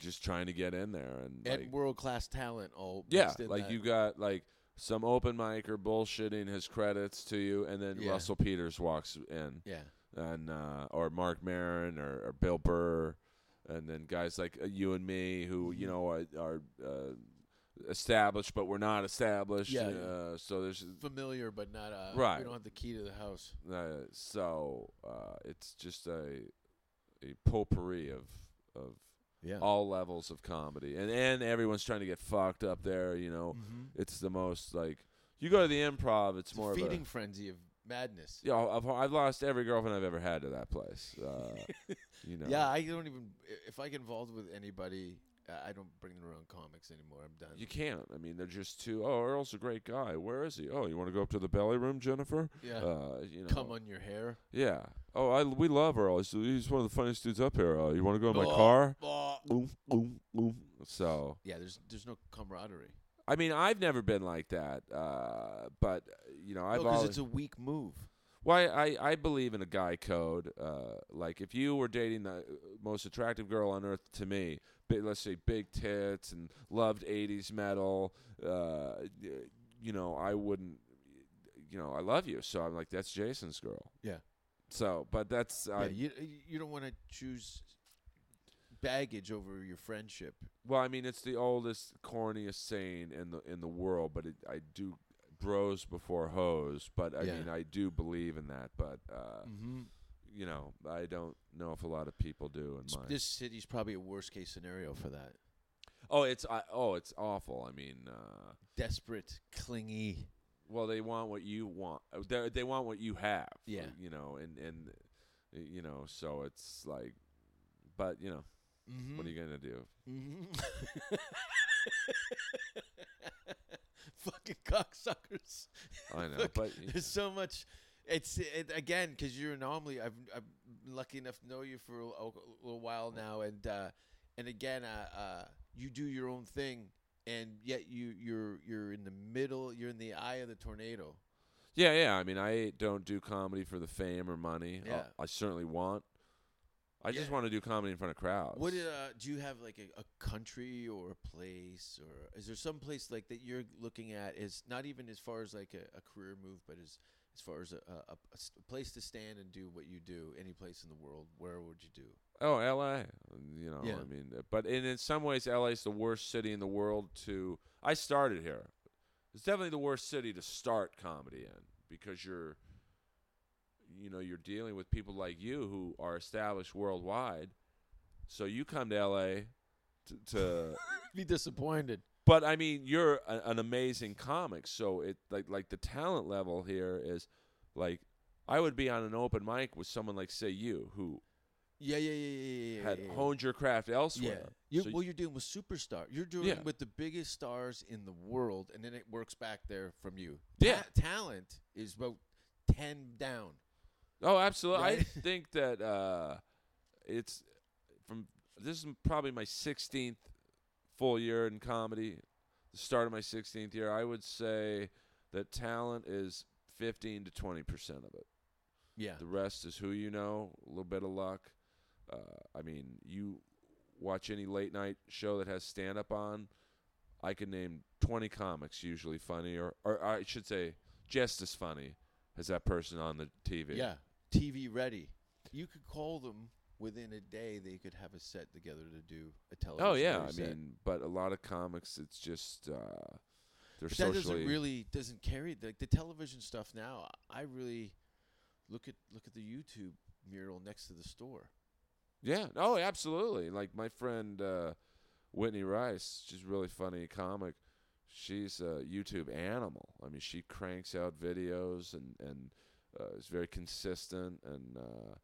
B: just trying to get in there. And
A: And
B: like,
A: world class talent all
B: yeah,
A: mixed in
B: like
A: that.
B: you got like some open micer bullshitting his credits to you, and then
A: Yeah.
B: Russell Peters walks in,
A: Yeah.
B: and uh, or Mark Maron or, or Bill Burr, and then guys like uh, you and me who
A: Mm-hmm.
B: you know are, are uh, established, but we're not established.
A: Yeah, yeah.
B: Uh, so there's
A: Familiar but not uh
B: Right.
A: we don't have the key to the house.
B: uh, so uh, it's just a a potpourri of of
A: Yeah.
B: all levels of comedy, and and everyone's trying to get fucked up there. You know,
A: Mm-hmm.
B: it's the most like you go to the improv. It's
A: Mm. It's
B: more
A: a feeding
B: of
A: frenzy of madness.
B: a, yeah. I've I've lost every girlfriend I've ever had to that place. Uh, you know.
A: Yeah, I don't even. i- If I get involved with anybody uh, I I don't bring them around comics anymore. I'm done.
B: You can't. I mean, they're just too. Oh, Earl's a great guy. Where is he? Oh, you want to go up to the belly room, Jennifer?
A: yeah,
B: Uh, you know.
A: come on your hair.
B: Yeah. Oh, I we love Earl. He's, he's one of the funniest dudes up here. Uh, you want to go in my
A: Oh,
B: car?
A: oh.
B: Oof, oof, oof. So,
A: Yeah, there's there's no camaraderie.
B: I mean, I've never been like that. Uh, but you know, I've
A: Because
B: always.
A: Oh, it's a weak move.
B: Why I, I believe in a guy code. Uh, like if you were dating the uh, most attractive girl on earth to me, bi- let's say big tits and loved '80s metal, uh, y- you know, I wouldn't. You know, I love you, so I'm like, that's Jason's girl.
A: Yeah.
B: So, but that's I,
A: yeah, you you don't want to choose baggage over your friendship.
B: well, I mean, it's the oldest, corniest saying in the in the world, but it, I do bros before hoes. But I
A: Yeah.
B: mean, I do believe in that, but. Uh,
A: Mm-hmm.
B: you know, I don't know if a lot of people do in mine.
A: This city's probably a worst case scenario for that.
B: Oh, it's I, oh, it's awful. I mean, uh,
A: Desperate, clingy.
B: well, they want what you want. Uh, They they want what you have.
A: Yeah.
B: you know, and and uh, you know, so it's like, but you know,
A: Mm-hmm.
B: what are you gonna do?
A: Mm-hmm. Fucking cocksuckers.
B: I know,
A: Look,
B: but
A: There's so much. It's it, again because you're an anomaly. I've I'm lucky enough to know you for a, a little while now, and uh, and again, uh, uh, you do your own thing, and yet you you're you're in the middle. You're in the eye of the tornado.
B: yeah, yeah. I mean, I don't do comedy for the fame or money. I-
A: Yeah.
B: I, certainly want. I just
A: Yeah.
B: want to do comedy in front of crowds.
A: What uh, do you have like a, a country or a place or is there some place like that you're looking at is not even as far as like a, a career move, but as as far as a, a- a- a s- a place to stand and do what you do, any place in the world, where would you do?
B: Oh, L.A. You know,
A: Yeah.
B: I mean, uh, but and in some ways, L.A. is the worst city in the world to. I started here. It's definitely the worst city to start comedy in because you're, you know, you're dealing with people like you who are established worldwide. So you come to L.A. to, to
A: Be disappointed.
B: but I mean, you're a, an amazing comic, so it like like the talent level here is like. I would be on an open mic with someone like, say, you, who
A: Yeah, yeah, yeah, yeah, yeah.
B: had
A: yeah, yeah.
B: honed your craft elsewhere.
A: Yeah, you,
B: So
A: well, you're dealing with superstar. You're doing
B: Yeah.
A: with the biggest stars in the world, and then it works back there from you.
B: Yeah.
A: Ta- talent is about ten down.
B: Oh, absolutely. I
A: Right?
B: think that uh, it's from this is probably my 16th full year in comedy. The start of my 16th year, I would say that talent is 15 to 20 percent of it.
A: Yeah,
B: The rest is who you know, a little bit of luck. Uh, I mean, you watch any late night show that has stand up on, I could name 20 comics usually funny, or, or I should say just as funny as that person on the TV.
A: yeah. TV ready. You could call them within a day. They could have a set together to do a television.
B: Oh yeah, I
A: set.
B: mean, but a lot of comics, it's just uh, they're
A: but that
B: socially.
A: doesn't really doesn't carry like the television stuff now. I really look at look at the YouTube mural next to the store.
B: yeah. Oh, absolutely. Like my friend uh, Whitney Rice, she's a really funny comic. She's a YouTube animal. I mean, she cranks out videos and and uh, is very consistent. And uh,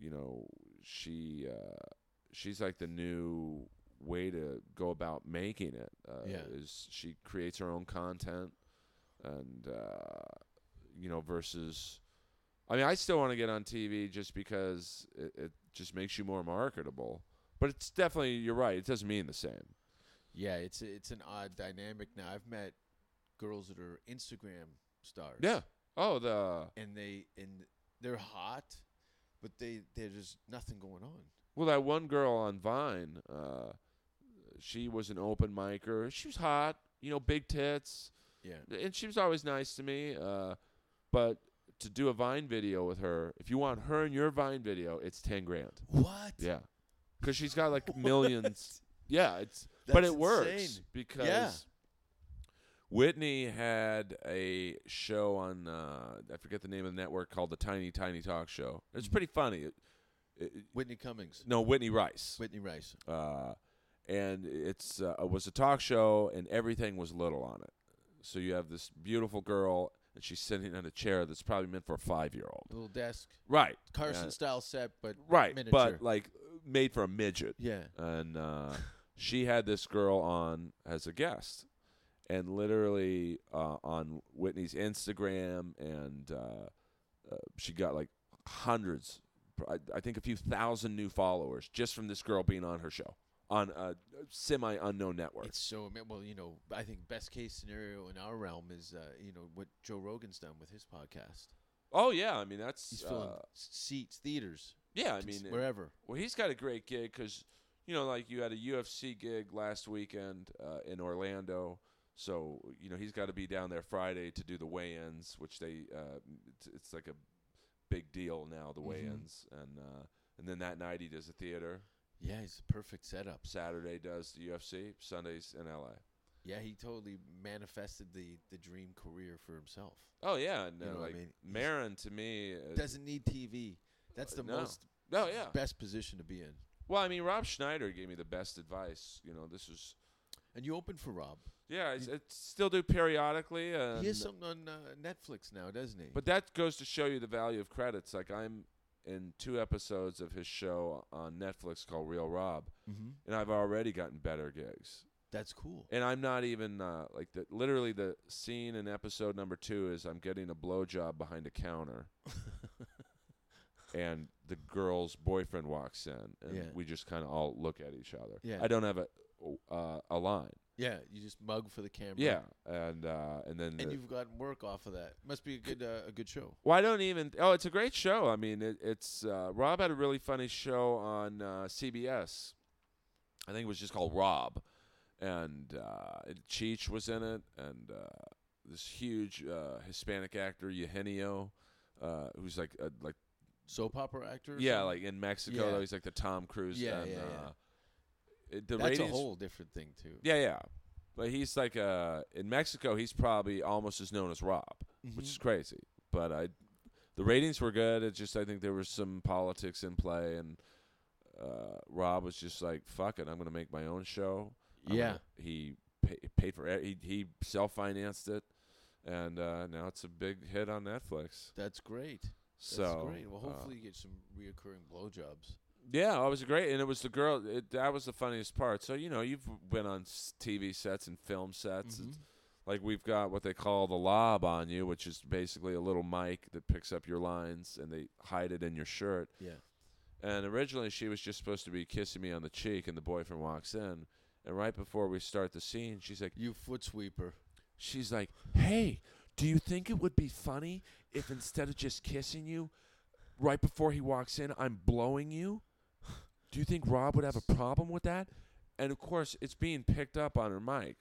B: you know, she uh, she's like the new way to go about making it. Uh,
A: Yeah.
B: Is she creates her own content and uh, you know versus. I mean, I still want to get on TV just because it, it just makes you more marketable. But it's definitely you're right. It doesn't mean the same.
A: Yeah, it's a, it's an odd dynamic now. I've met girls that are Instagram stars.
B: Yeah. Oh, the
A: and they and they're hot, but they there's nothing going on.
B: well, that one girl on Vine, uh, she was an open micer. She was hot, you know, big tits,
A: Yeah,
B: and she was always nice to me. Uh, but to do a Vine video with her, if you want her in your Vine video, it's ten grand.
A: what?
B: Yeah, because she's got like millions. Yeah, it's but it
A: That's
B: works
A: insane.
B: because Whitney had a show on uh, I forget the name of the network called the Tiny Tiny Talk Show. It's pretty funny. It, it,
A: Whitney Cummings,
B: no, Whitney Rice,
A: Whitney Rice.
B: uh, and it's uh, it was a talk show, and everything was little on it. So you have this beautiful girl, and she's sitting on a chair that's probably meant for a five year old.
A: Little desk,
B: Right,
A: Carson
B: Yeah.
A: style set, but
B: right,
A: miniature.
B: but like made for a midget
A: yeah,
B: and uh, she had this girl on as a guest, and literally uh, on Whitney's Instagram, and uh, uh, she got like hundreds, pr- I, I think a few thousand new followers just from this girl being on her show on a semi unknown network.
A: It's so ama- well, you know. I think best case scenario in our realm is, uh, you know, what Joe Rogan's done with his podcast.
B: oh yeah, I mean that's
A: He's filling
B: uh,
A: s- seats, theaters,
B: yeah, I
A: s-
B: mean
A: wherever.
B: Well, he's got a great gig because you know, like you had a UFC gig last weekend uh, in Orlando, so you know he's got to be down there Friday to do the weigh-ins, which they uh, it's, it's like a big deal now the
A: Mhm.
B: weigh-ins, and uh, and then that night he does the theater.
A: Yeah, he's a perfect setup.
B: Saturday does the UFC, Sundays in LA.
A: Yeah, he totally manifested the the dream career for himself.
B: Oh yeah, and
A: You
B: uh,
A: know what I
B: like
A: mean? He's-
B: Marin to me uh,
A: Doesn't need TV. That's
B: Uh,
A: the
B: no.
A: most
B: Oh yeah.
A: best position to be in.
B: Well, I mean, Rob Schneider gave me the best advice. You know, this is
A: And you open for Rob.
B: yeah, I, I still do periodically. And
A: he has something on uh, Netflix now, doesn't he?
B: But that goes to show you the value of credits. Like I'm in two episodes of his show on Netflix called Real Rob,
A: Mhm.
B: and I've already gotten better gigs.
A: that's cool.
B: And I'm not even uh, like the literally the scene in episode number two is I'm getting a blowjob behind a counter, and the girl's boyfriend walks in, and
A: Yeah.
B: we just kind of all look at each other.
A: Yeah.
B: I don't have a uh, a line.
A: yeah, you just mug for the camera.
B: Yeah, and uh, and then
A: and
B: the-
A: you've gotten work off of that. Must be a good uh, a good show.
B: Well, I don't even. Oh, it's a great show. I mean, it, it's uh, Rob had a really funny show on uh, CBS. I think it was just called Rob, and uh, and Cheech was in it, and uh, this huge uh, Hispanic actor Eugenio, uh, who's like uh, like
A: Soap opera actor. or
B: yeah,
A: something?
B: like in Mexico
A: Yeah.
B: though he's like the Tom Cruise.
A: Yeah,
B: and,
A: yeah, yeah.
B: uh, it- the
A: that's a
B: ratings-
A: whole different thing too.
B: Yeah, yeah. But he's like uh, in Mexico, he's probably almost as known as Rob
A: Mm-hmm.
B: which is crazy. But I, the ratings were good. It just I think there was some politics in play, and uh, Rob was just like, "Fuck it, I'm gonna make my own show." I'm
A: yeah.
B: gonna-" he pay, paid for it. He he self financed it, and uh, now it's a big hit on Netflix.
A: That's great. That's
B: So
A: great. Well,
B: uh,
A: hopefully you get some reoccurring blowjobs.
B: yeah, it was great, and it was the girl. It, that was the funniest part. So you know, you've been on s- TV sets and film sets. and
A: Mhm.
B: like we've got what they call the lob on you, which is basically a little mic that picks up your lines and they hide it in your shirt.
A: Yeah.
B: And originally she was just supposed to be kissing me on the cheek and the boyfriend walks in and right before we start the scene, she's like
A: You foot sweeper.
B: she's like, "Hey, do you think it would be funny if instead of just kissing you, right before he walks in, I'm blowing you? Do you think Rob would have a problem with that?" And of course, it's being picked up on her mic.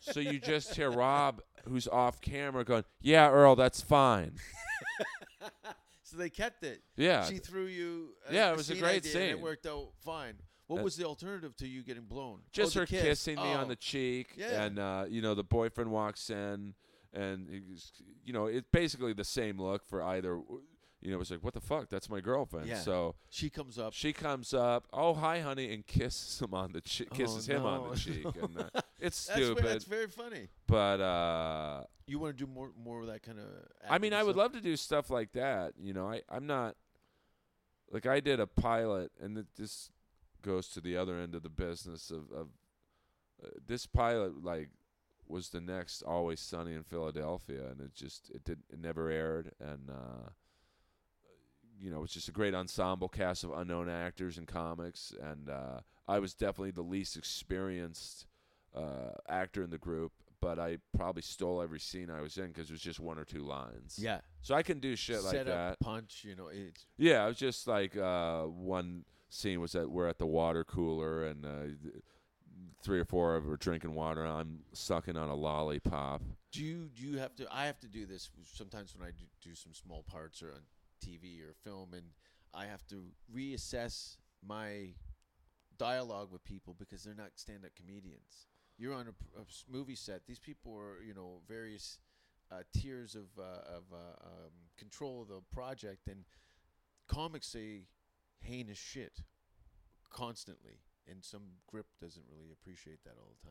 B: so you just hear Rob, who's off camera, going, "Yeah, Earl, that's fine."
A: so they kept it.
B: Yeah,
A: she threw you. A,
B: Yeah, it was a
A: scene
B: great
A: idea and
B: scene.
A: it worked out fine. What
B: Uh,
A: was the alternative to you getting blown?
B: just
A: oh, the
B: her
A: kiss.
B: kissing me on
A: Oh,
B: the cheek,
A: Yeah.
B: and uh, you know the boyfriend walks in, and he's, you know it's basically the same look for either. You know, it's like what the fuck? That's my girlfriend.
A: Yeah.
B: So
A: She comes up.
B: she comes up, oh hi honey, and kisses him on the cheek, kisses him on
A: Oh, no.
B: the cheek, and uh, it's
A: That's ve-
B: stupid.
A: that's very funny.
B: but uh,
A: You want to do more more of that kind of.
B: I mean, I would love to do stuff like that. You know, I I'm not like I did a pilot, and th- this goes to the other end of the business of of uh, this pilot like was the next Always Sunny in Philadelphia, and it just it did it never aired, and uh, you know it's just a great ensemble cast of unknown actors and comics, and uh, I was definitely the least experienced uh, actor in the group. But I probably stole every scene I was in because it was just one or two lines.
A: Yeah.
B: So I can do shit like
A: Set
B: that.
A: up, punch. You know, it's
B: Yeah, it was just like uh, one scene was that we're at the water cooler and uh, th- three or four of them are drinking water. And I'm sucking on a lollipop.
A: Do you do you have to? I have to do this sometimes when I do, do some small parts or on TV or film, and I have to reassess my dialogue with people because they're not stand-up comedians. You're on a, p- a s- movie set. These people are, you know, various uh, tiers of uh, of uh, um, control of the project, and comics say heinous shit constantly, and some grip doesn't really appreciate that all the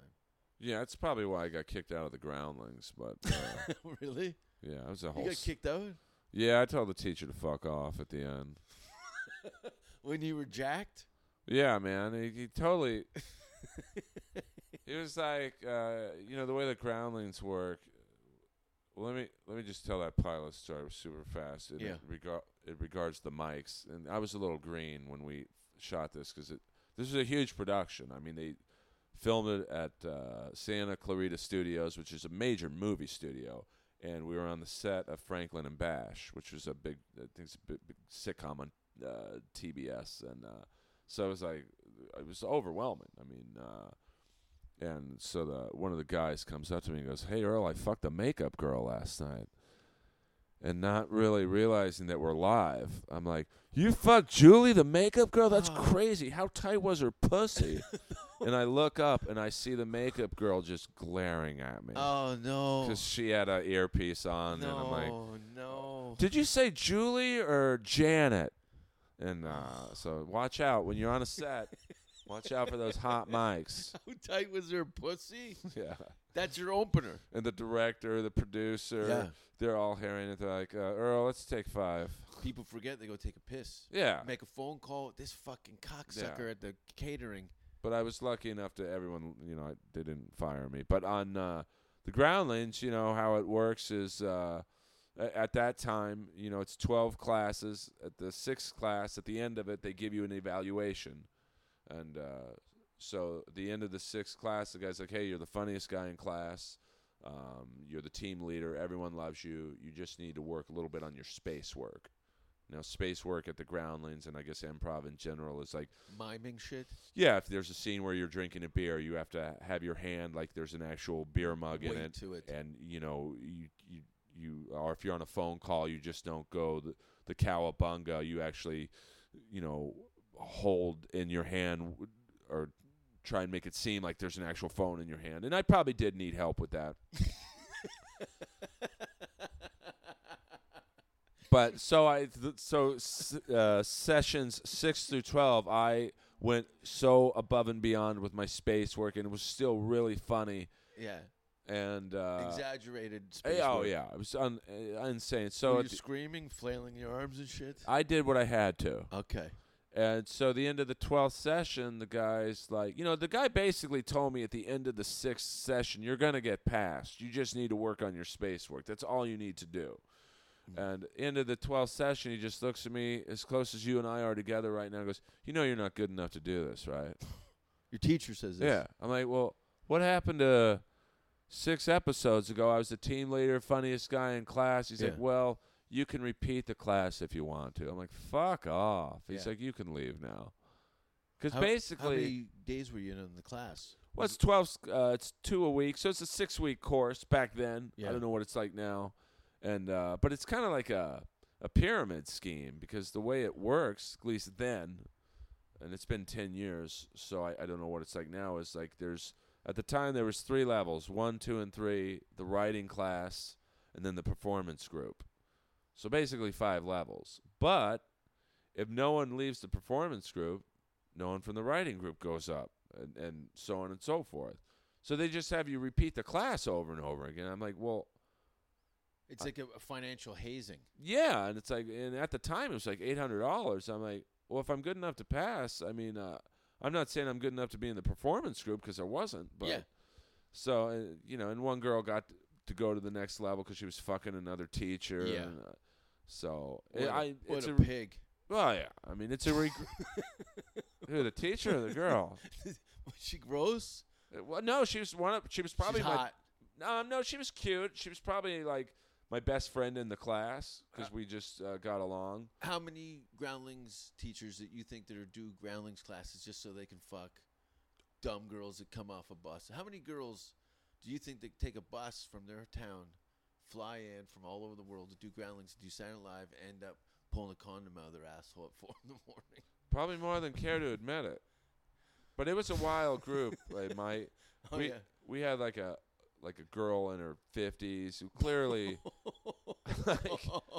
B: Yeah, that's probably why I got kicked out of the groundlings. But uh,
A: time. really?
B: yeah, it was a
A: You
B: whole.
A: got
B: s-
A: kicked out?
B: yeah, I told the teacher to fuck off at the end.
A: when you were jacked
B: Yeah, man. He, he totally. it was like uh, you know the way the groundlings work. Let me let me just tell that pilot story super fast. It,
A: Yeah.
B: It, regar- it regards the mics, and I was a little green when we shot this because it this was a huge production. I mean, they filmed it at uh, Santa Clarita Studios, which is a major movie studio, and we were on the set of Franklin and Bash, which was a big, I think it's a big, big sitcom on uh, TBS, and uh, so it was like it was overwhelming. I mean, uh, and so the one of the guys comes up to me and goes, "Hey Earl, I fucked a makeup girl last night." And not really realizing that we're live, I'm like, "You fucked Julie, the makeup girl? That's
A: Oh.
B: crazy! How tight was her pussy?" and I look up and I see the makeup girl just glaring at me
A: Oh no.
B: because she had an earpiece on, and I'm like,
A: No, no.
B: "Did you say Julie or Janet?" And uh, so watch out when you're on a set. watch out for those hot mics.
A: How tight was her pussy?
B: Yeah.
A: That's your opener.
B: And the director, the producer,
A: Yeah.
B: they're all hearing it. They're like, uh, "Earl, let's take five.
A: People forget they go take a piss.
B: Yeah.
A: Make a phone call. This fucking cocksucker at the catering.
B: But I was lucky enough to everyone, you know, they didn't fire me. But on uh, the groundlings, you know how it works is uh, a- at that time, you know, it's twelve classes. At the sixth class, at the end of it, they give you an evaluation, and uh, so at the end of the sixth class, the guy's like, "Hey, you're the funniest guy in class. Um, you're the team leader. Everyone loves you. You just need to work a little bit on your space work." Now, space work at the groundlings and I guess improv in general is like
A: Miming shit.
B: yeah, if there's a scene where you're drinking a beer, you have to have your hand like there's an actual beer mug in
A: Weight
B: it,
A: to it.
B: and you know you you you or if you're on a phone call, you just don't go the, the cowabunga. You actually, you know, hold in your hand w- or try and make it seem like there's an actual phone in your hand. And I probably did need help with that. But so I th- so s- uh, sessions six through twelve, I went so above and beyond with my space work, and it was still really funny.
A: yeah.
B: And uh,
A: Exaggerated space.
B: eh, oh
A: work.
B: yeah, it was un- eh, insane.
A: Were
B: So
A: you
B: at the- Uh,
A: screaming, flailing your arms and shit?
B: I did what I had to,
A: Okay.
B: and so the end of the twelfth session, the guys like, you know, the guy basically told me at the end of the sixth session, you're gonna get passed. You just need to work on your space work. That's all you need to do. And end of the twelfth session, he just looks at me as close as you and I are together right now. and Goes, you know, you're not good enough to do this, right?
A: Your teacher says this.
B: Yeah. I'm like, well, what happened to six episodes ago? I was the team leader, funniest guy in class. He's like,
A: Yeah.
B: well, you can repeat the class if you want to. I'm like, fuck off. He's
A: Yeah.
B: like, you can leave now. Because
A: How-
B: basically,
A: How many days were you in the class?
B: well, it's twelve. s- Uh, it's two a week, so it's a six week course. Back then, I
A: Yeah.
B: don't know what it's like now, and uh, but it's kind of like a a pyramid scheme because the way it works, at least then, and it's been ten years, so I, I don't know what it's like now. Is like there's at the time there was three levels: one, two, and three. The writing class, and then the performance group. So basically five levels. But if no one leaves the performance group, no one from the writing group goes up, and, and so on and so forth. So they just have you repeat the class over and over again. I'm like, well,
A: It's like a, a financial hazing.
B: yeah, and it's like, and at the time it was like eight hundred dollars. I'm like, well, if I'm good enough to pass, I mean, uh, I'm not saying I'm good enough to be in the performance group because I wasn't, but
A: Yeah.
B: so uh, you know, and one girl got to go to the next level because she was fucking another teacher.
A: Yeah.
B: and, uh, so
A: What
B: I-
A: a-
B: I,
A: what
B: it's
A: a,
B: a,
A: pig.
B: well, yeah. I mean, it's a reg- who the teacher or the girl?
A: Was she gross?
B: Uh, Well, no, she was one of she was probably
A: She's
B: my
A: hot.
B: Um, no, she was cute. She was probably like my best friend in the class because we just uh, got along.
A: How many groundlings teachers that you think that are do groundlings classes just so they can fuck dumb girls that come off a bus? How many girls do you think that take a bus from their town, fly in from all over the world to do groundlings, do Saturday Live, end up pulling a condom out of their asshole at four in the morning?
B: Probably more than care to admit it. But it was a wild group. Like my,
A: Oh
B: we
A: yeah.
B: we had like a like a girl in her fifties who clearly like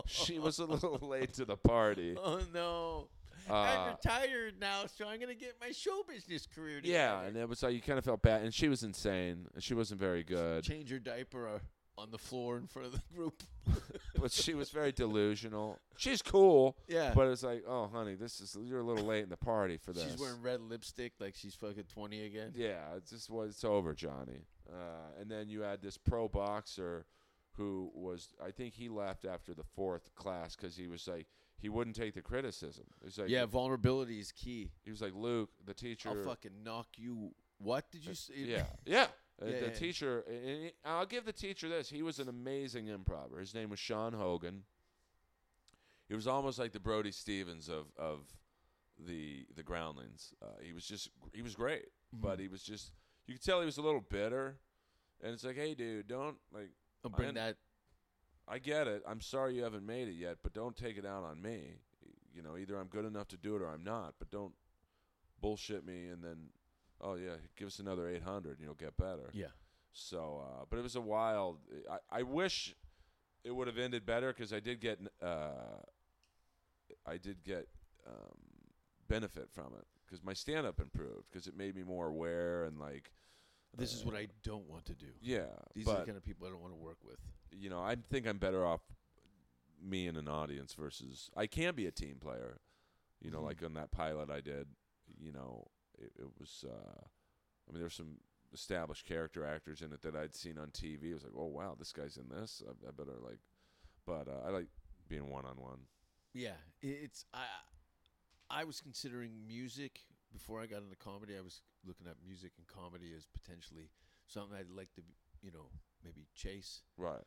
B: she was a little late to the party.
A: Oh no.
B: Uh,
A: I'm retired now, so I'm gonna get my show business career together.
B: yeah, and it was like you kind of felt bad, and she was insane. and She wasn't very good.
A: change your diaper uh, on the floor in front of the group.
B: but she was very delusional. She's cool,
A: Yeah.
B: but it's like, oh, honey, this is you're a little late in the party for this.
A: she's wearing red lipstick like she's fucking 20 again.
B: Yeah, it's just was it's over, Johnny. Uh, and then you had this pro boxer who was I think he left after the fourth class because he was like he wouldn't take the criticism. He's like
A: Yeah, vulnerability is key.
B: he was like Luke, the teacher.
A: I'll fucking knock you. What did you say?
B: yeah, yeah. Uh,
A: Yeah,
B: the
A: yeah.
B: teacher, and he- I'll give the teacher this. He was an amazing improver. His name was Sean Hogan. He was almost like the Brody Stevens of of the the Groundlings. Uh, he was just he was great, but he was just you could tell he was a little bitter. And it's like, hey, dude, don't like.
A: I'll bring
B: I'm-
A: that.
B: I get it. I'm sorry you haven't made it yet, but don't take it out on me. You know, either I'm good enough to do it or I'm not. But don't bullshit me and then, oh yeah, give us another 800 and you'll get better.
A: Yeah.
B: So, uh, but it was a wild. I, I wish it would have ended better because I did get uh, I did get um, benefit from it because my stand up improved because it made me more aware and like uh,
A: This is what I don't want to do.
B: yeah.
A: These
B: but
A: are the kind of people I don't want to work with.
B: you know, I think I'm better off me and an audience versus I can be a team player. You know,
A: Mhm.
B: like on that pilot I did, you know, it, it was uh I mean there's some established character actors in it that I'd seen on TV. It was like, "Oh wow, this guy's in this. I, I better like but uh, I like being one on one.
A: Yeah, i- it's I. I was considering music before I got into comedy. I was looking at music and comedy as potentially something I'd like to, be- you know, maybe chase.
B: Right.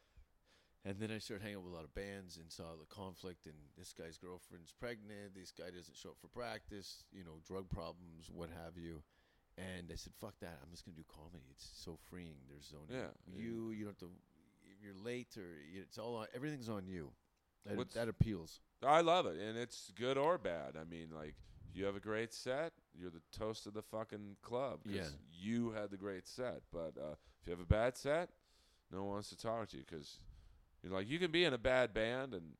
A: And then I started hanging out with a lot of bands and saw the conflict. And this guy's girlfriend's pregnant. This guy doesn't show up for practice. You know, drug problems, what have you. And I said, "Fuck that! I'm just gonna do comedy. It's so freeing. There's no
B: Yeah.
A: you. You don't have to. If you're late or it's all on. Everything's on you. That,
B: What's-
A: that appeals.
B: I love it, and it's good or bad. I mean, like you have a great set, you're the toast of the fucking club. 'cause
A: Yeah.
B: you had the great set, but uh, if you have a bad set, no one wants to talk to you because you're like you can be in a bad band, and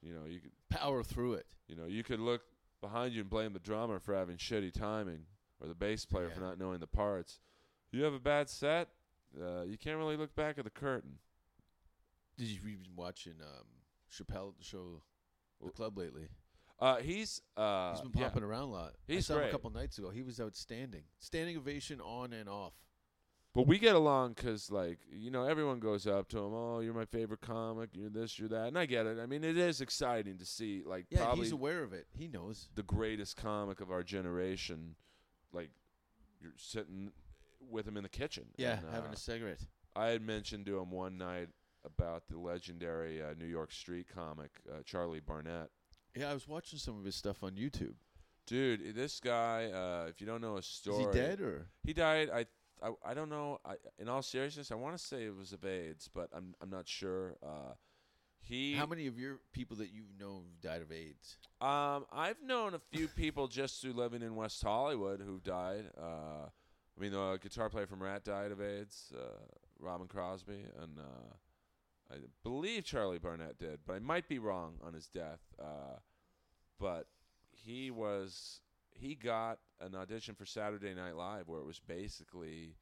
B: you know you could,
A: Power through it.
B: you know you could look behind you and blame the drummer for having shitty timing or the bass player for
A: Yeah.
B: not knowing the parts. You have a bad set, uh, you can't really look back at the curtain.
A: Did you you've been watching um, Chappelle the show, the club lately?
B: Uh, he's uh,
A: He's been
B: yeah.
A: popping around a lot. I
B: He's
A: saw him a
B: great.
A: couple nights ago. He was outstanding. Standing ovation on and off.
B: But we get along 'cause like, you know, everyone goes up to him, oh, you're my favorite comic, you're this, you're that. And I get it. I mean, it is exciting to see, like,
A: Yeah,
B: probably
A: he's aware of it. He knows.
B: the greatest comic of our generation. Like, you're sitting with him in the kitchen.
A: Yeah,
B: And, uh,
A: having a cigarette.
B: I had mentioned to him one night about the legendary uh, New York street comic, uh, Charlie Barnett.
A: Yeah, I was watching some of his stuff on YouTube.
B: Dude, this guy, uh, if you don't know his story.
A: Is he dead or?
B: He died. I, I, I don't know. I, in all seriousness, I want to say it was of AIDS, but I'm, I'm not sure. Uh, he.
A: How many of your people that you know have died of AIDS?
B: Um, I've known a few people just through living in West Hollywood who died. Uh, I mean, the guitar player from Rat died of AIDS. Uh, Robin Crosby and uh, I believe Charlie Barnett did, but I might be wrong on his death. Uh, but he was he got an audition for Saturday Night Live where it was basically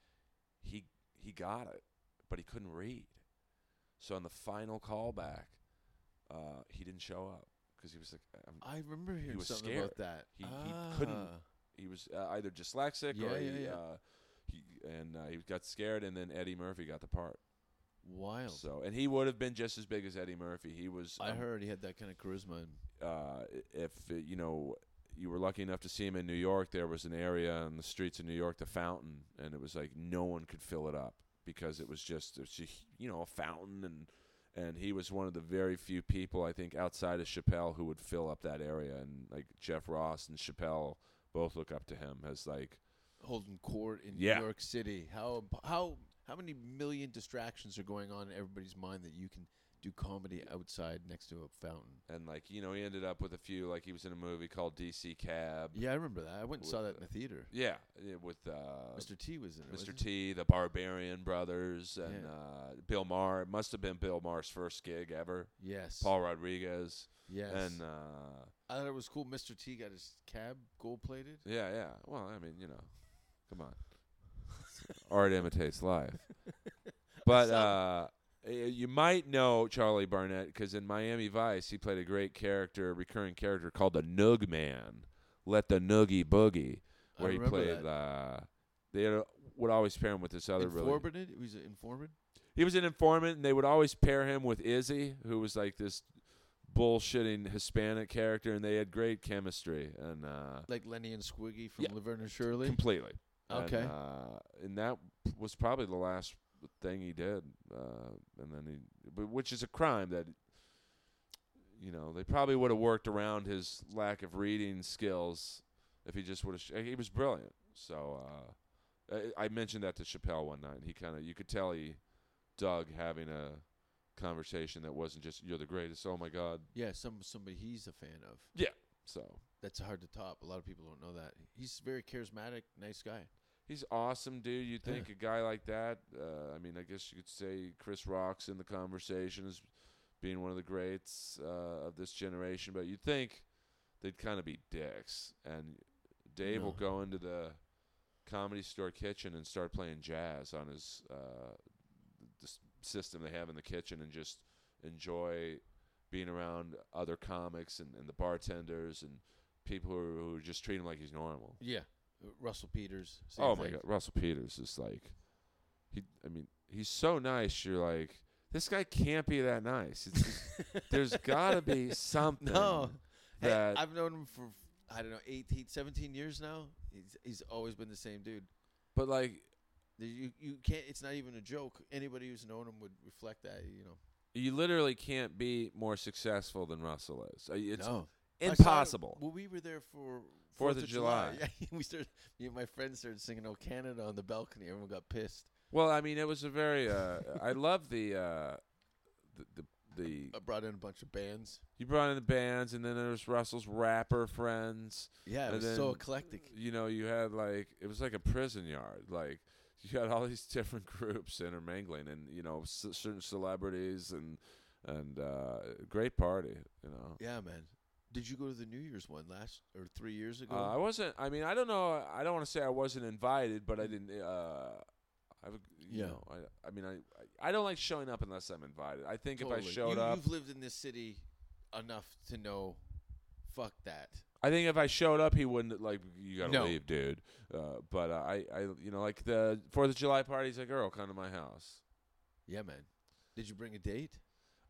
B: he he got it, but he couldn't read. So on the final callback, uh, he didn't show up because he was like, I'm,
A: I remember hearing
B: was
A: something about that.
B: He- he couldn't-
A: Ah.
B: he was uh, either dyslexic
A: Yeah,
B: or
A: yeah,
B: he,
A: yeah.
B: Uh, he and uh, he got scared, and then Eddie Murphy got the part.
A: Wild.
B: So, and he would have been just as big as Eddie Murphy. He was.
A: I
B: um,
A: heard he had that kind of charisma. And
B: uh, if uh, you know you were lucky enough to see him in New York, there was an area on the streets of New York, the Fountain, and it was like no one could fill it up because it was just it was, a hu- you know a fountain and. And he was one of the very few people I think outside of Chappelle who would fill up that area, and like Jeff Ross and Chappelle both look up to him as like
A: holding court in
B: Yeah.
A: New York City. How how how many million distractions are going on in everybody's mind that you can do comedy outside next to a fountain?
B: and like you know he ended up with a few like he was in a movie called DC Cab.
A: Yeah, I remember that. I went and saw that in the theater.
B: Yeah, yeah, with uh, Mr.
A: Mr. T was in it. wasn't he?
B: T, the Barbarian Brothers, and
A: Yeah.
B: uh, Bill Maher. It must have been Bill Maher's first gig ever.
A: Yes.
B: Paul Rodriguez
A: Yes.
B: and uh,
A: I thought it was cool. Mr. T got his cab gold plated.
B: yeah, yeah. Well, I mean, you know, come on, art imitates life. But
A: saw
B: uh, Uh, You might know Charlie Barnett because in Miami Vice he played a great character, a recurring character called the Noog Man. Let the Noogie Boogie,
A: I
B: where he
A: remember
B: played.
A: that.
B: Uh, they had a- would always pair him with this other really
A: Informant? It was informant.
B: he was an informant, and they would always pair him with Izzy, who was like this bullshitting Hispanic character, and they had great chemistry and uh,
A: like Lenny and Squiggy from
B: Yeah.
A: Laverne and Shirley.
B: completely. And,
A: Okay.
B: uh, and that was probably the last thing he did, uh, and then he, but- which is a crime that. You know, they probably would have worked around his lack of reading skills if he just would have. Sh- he was brilliant. So uh, I, I mentioned that to Chappelle one night, and he kind of you could tell he dug having a conversation that wasn't just "you're the greatest." Oh my God!
A: yeah, some somebody he's a fan of.
B: So
A: That's hard to top. A lot of people don't know that. He's very charismatic, nice guy.
B: he's awesome, dude. You think a guy like that? Uh, I mean, I guess you could say Chris Rock's in the conversation as being one of the greats uh, of this generation, but you'd think they'd kind of be dicks. And Dave will
A: No.
B: go into the comedy store kitchen and start playing jazz on his uh, the s- system they have in the kitchen and just enjoy being around other comics and, and the bartenders and people who are, who are just treat him like he's normal
A: Yeah, Uh, Russell Peters. same
B: oh my
A: thing.
B: god, Russell Peters is like, he. I mean, he's so nice. You're like, this guy can't be that nice. It's, there's got to be something.
A: No, Hey,
B: that-
A: I've known him for I don't know 18, 17 years now. He's he's always been the same dude.
B: But like,
A: There- You you can't. It's not even a joke. Anybody who's known him would reflect that. You know.
B: you literally can't be more successful than Russell is. Uh, It's
A: no. I saw-
B: impossible.
A: Well, we were there for
B: Fourth of July.
A: Yeah, we started. Me and my friends started singing "Oh Canada" on the balcony. Everyone got pissed.
B: Well, I mean, it was a very. Uh, I love the. Uh, the, the, the
A: I brought in a bunch of bands.
B: you brought in the bands, and then there was Russell's rapper friends.
A: Yeah, it
B: And
A: was so
B: then-
A: eclectic.
B: you know, you had like it was like a prison yard. Like you had all these different groups intermingling, and you know, c- certain celebrities and and uh, great party. You know,
A: Yeah, man. Did you go to the New Year's one last or three years ago?
B: uh, I wasn't. I mean, I don't know. I don't want to say I wasn't invited, but I didn't. Uh, I would, you
A: Yeah.
B: know, I, I mean, I I don't like showing up unless I'm invited. I think if I
A: Totally.
B: showed
A: you,
B: up,
A: you've lived in this city enough to know. Fuck that.
B: I think if I showed up, he wouldn't like you gotta
A: No.
B: leave, dude. Uh, but uh, I, I, you know, like the Fourth of July party's like, girl, come to my house.
A: Yeah, man. Did you bring a date?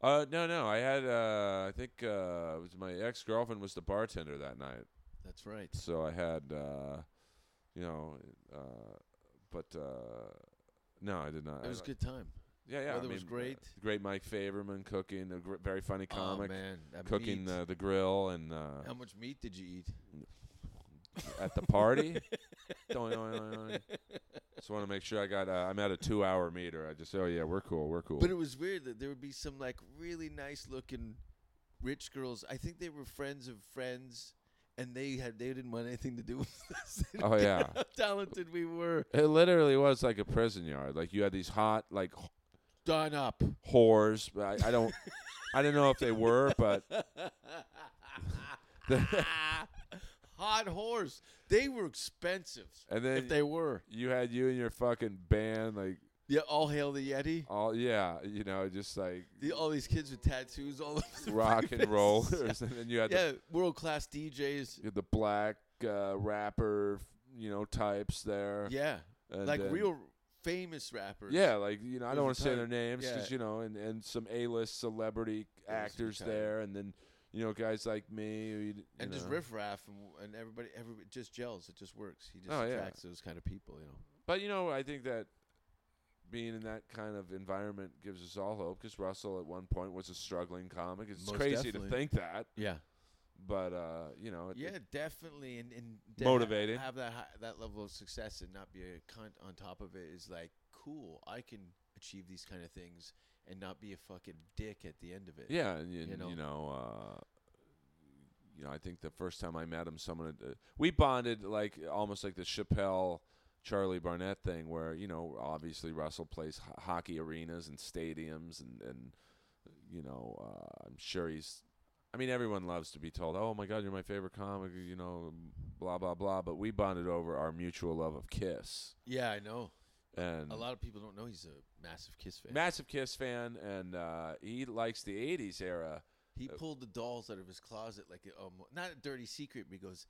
B: Uh, no, no. I had, uh, I think, uh, it was my ex girlfriend was the bartender that night,
A: That's right.
B: so I had, uh, you know, uh, but uh, no, I did not.
A: It was
B: I,
A: a good time.
B: Yeah, yeah. I
A: weather was
B: mean,
A: great.
B: uh, great Mike Favorman cooking, a gr- very funny comic,
A: oh man, that
B: cooking
A: meat.
B: uh, the grill and uh,
A: How much meat did you eat?
B: at the party. Doing, doing, doing, doing. Just want to make sure I got. Uh, I'm at a two hour meter. I just. Oh yeah, we're cool. We're cool.
A: But it was weird that there would be some like really nice looking rich girls. I think they were friends of friends, and they had they didn't want anything to do with us. They
B: Oh,
A: didn't
B: yeah.
A: care How talented we were.
B: it literally was like a prison yard. Like you had these hot, like
A: Done up.
B: whores. but I, I don't. I don't know if they were, but
A: Hot horse. They were expensive.
B: and then
A: If they were,
B: you had you and your fucking band, like
A: yeah. All hail the Yeti.
B: all yeah, you know, just like
A: The, all these kids with tattoos all over their
B: rock and
A: faces.
B: rollers, and then you had
A: Yeah, world class DJs.
B: the you had the black uh, rapper, you know, types there.
A: Yeah,
B: and
A: like
B: then-
A: real famous rappers.
B: Yeah, like you know, I
A: Those
B: don't
A: are
B: want to say their
A: tight.
B: names because
A: Yeah.
B: you know, and and some A list celebrity
A: are
B: actors
A: tight.
B: there, and then you know, guys like me, who you, you
A: and just
B: know.
A: riff raff and, and everybody, everybody just gels. It just works. He just
B: Oh, yeah.
A: attracts those kind of people, you know.
B: But you know, I think that being in that kind of environment gives us all hope because Russell at one point was a struggling comic. It's
A: Most
B: crazy
A: definitely.
B: to think that,
A: Yeah,
B: but uh, you know, it,
A: yeah,
B: it-
A: definitely. And, and to
B: Motivated.
A: ha- have that hi- that level of success and not be a cunt on top of it is like cool. I can achieve these kind of things and not be a fucking dick at the end of it.
B: yeah, and, and, you
A: You
B: know,
A: know.
B: you know, uh, you know, I think the first time I met him, someone had, uh, we bonded like almost like the Chappelle. Charlie Barnett thing, where you know, obviously Russell plays ho- hockey arenas and stadiums, and and you know, uh, I'm sure he's. I mean, everyone loves to be told, "Oh my God, you're my favorite comic," you know, blah blah blah. But we bonded over our mutual love of Kiss,
A: yeah, I know.
B: and
A: A lot of people don't know he's a massive Kiss fan.
B: massive Kiss fan, and uh, he likes the '80s era.
A: He pulled the dolls out of his closet like a, um, not a dirty secret because